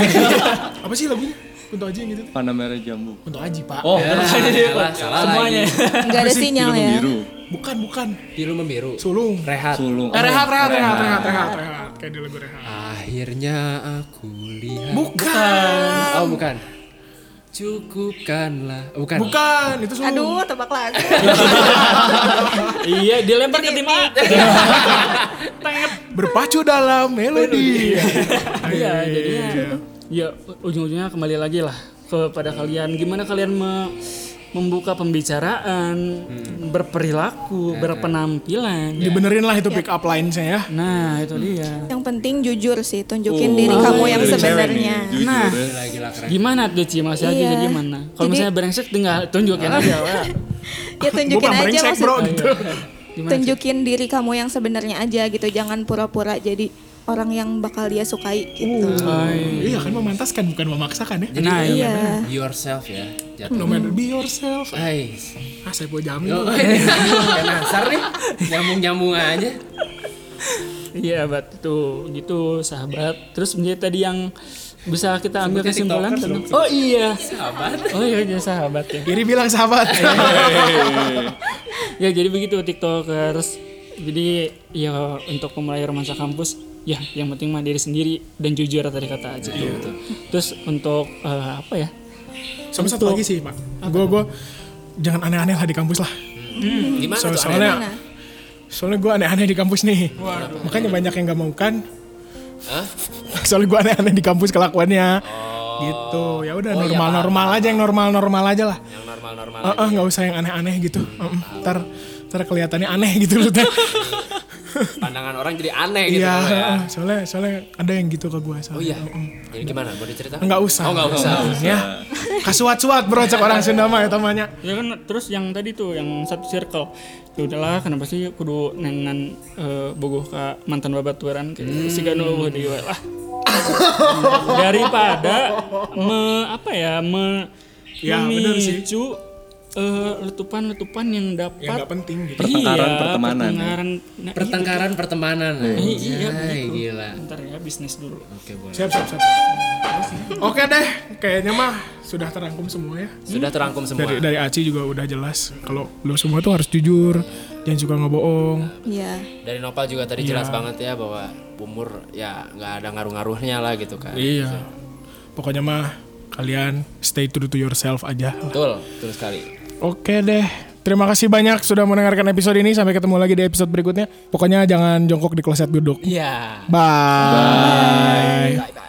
S3: Apa sih lagunya? Kunto Aji yang gitu. tuh.
S5: Panamera jambu.
S3: Kunto Aji pak.
S5: Oh,
S1: Iya Salah, salah
S2: semuanya
S1: lagi.
S4: Enggak ada sinyal
S5: biru
S4: ya.
S5: biru.
S3: Bukan bukan.
S1: Biru membiru.
S3: Sulung.
S1: Rehat.
S5: Sulung. Oh,
S3: Eh, rehat rehat rehat rehat rehat rehat. Kayak di lagu rehat.
S1: Akhirnya aku lihat.
S3: Bukan.
S1: Oh bukan. Cukupkanlah. Oh, Bukan.
S3: Bukan. Itu sulung.
S4: Aduh, tebak lagi.
S2: iya dilempar ke tim A
S3: Berpacu dalam melodi.
S2: Iya, jadinya ya ujung-ujungnya kembali lagi lah kepada kalian. Gimana kalian me- membuka pembicaraan, berperilaku, berpenampilan.
S3: Dibenerin lah itu pick up line saya ya.
S2: Nah, itu dia.
S4: Yang penting jujur sih, tunjukin diri kamu yang sebenarnya.
S5: Nah,
S2: Gimana tuh Ci? Masih aja
S4: Iya.
S2: gimana? Kalau
S4: Jadi-
S2: misalnya brengsek tinggal tunjukin aja. Wak.
S4: Ya
S3: Gue
S4: tunjukin
S3: mah
S4: aja Iya.
S3: brengsek
S4: maksud
S3: bro gitu.
S2: Gimana? Ci?
S4: tunjukin diri kamu yang sebenarnya aja gitu. Jangan pura-pura jadi orang yang bakal dia sukai gitu.
S3: Iya kan memantaskan bukan memaksakan ya.
S1: Jadi,
S2: Nah, iya.
S4: Iya.
S1: yourself ya. Jatuh.
S3: No matter be yourself.
S1: Hai.
S3: Ah saya mau jamin.
S1: Yo,
S3: iya.
S1: kayak Nasar nih. Nyambung-nyambung aja.
S2: Iya, bat tuh gitu sahabat. Terus menjadi tadi yang bisa kita ambil kesimpulan tentang- Oh iya.
S1: Sahabat.
S2: Oh iya, iya, sahabat ya.
S3: Iri bilang sahabat.
S2: ya jadi begitu tiktokers jadi ya untuk memulai romansa kampus ya yang penting mah diri sendiri dan jujur tadi kata aja gitu. Terus untuk eh, apa ya?
S3: Sama satu lagi sih, Pak. Gue gue jangan aneh-aneh lah di kampus lah.
S1: Hmm, Gimana
S3: Soalnya
S1: tuh
S3: soalnya,
S1: aneh?
S4: aneh-aneh?
S3: soalnya gue aneh-aneh di kampus nih. Makanya banyak yang gak mau kan.
S1: Hah?
S3: soalnya gue aneh-aneh di kampus kelakuannya. Gitu. Ya udah
S1: Oh, iya,
S3: normal-normal aja, yang normal-normal aja lah.
S1: Yang normal-normal.
S3: Heeh, nggak usah yang aneh-aneh gitu.
S1: Hmm,
S3: Heeh, Ntar ntar kelihatannya aneh gitu loh. Teh.
S1: Pandangan orang jadi aneh gitu
S3: Iya,
S1: kalau ya.
S3: heeh. soalnya soalnya ada yang gitu ke gue
S1: Oh iya. Jadi gimana? Boleh cerita?
S3: Enggak usah.
S1: Oh, enggak usah.
S3: Ya. Kasuat-suat bro cak orang Sunda mah eta mah nya.
S2: Ya kan terus yang tadi tuh yang satu circle. Ya udahlah kenapa sih kudu nengan eh, bogoh ka mantan babaturan ke siga nu eueuh deui we lah. Daripada me, apa ya me
S3: Ya, bener sih.
S2: memicu eh, letupan-letupan yang dapat
S3: Ya enggak penting gitu.
S5: Pertengkaran,
S2: Iya,
S5: pertemanan, ya.
S2: pertengkaran. Nah,
S1: Pertengkaran pertemanan.
S2: Iya, iya,
S1: Ay,
S2: begitu.
S1: gila.
S2: Bentar ya bisnis dulu.
S1: Oke, boleh.
S3: Siap, siap, siap. Oke deh, kayaknya mah sudah terangkum semua ya.
S1: Sudah terangkum semua.
S3: Dari dari Aci juga udah jelas kalau lo semua tuh harus jujur, jangan suka ngebohong.
S4: Iya.
S1: dari Nopal juga tadi
S3: Iya.
S1: jelas banget ya bahwa umur ya nggak ada ngaruh-ngaruhnya lah gitu kan.
S3: Iya. Pokoknya mah kalian stay true to yourself aja.
S1: Betul, betul sekali.
S3: Oke deh. Terima kasih banyak sudah mendengarkan episode ini. Sampai ketemu lagi di episode berikutnya. Pokoknya jangan jongkok di kloset duduk.
S1: Iya.
S3: Bye.
S1: Bye bye.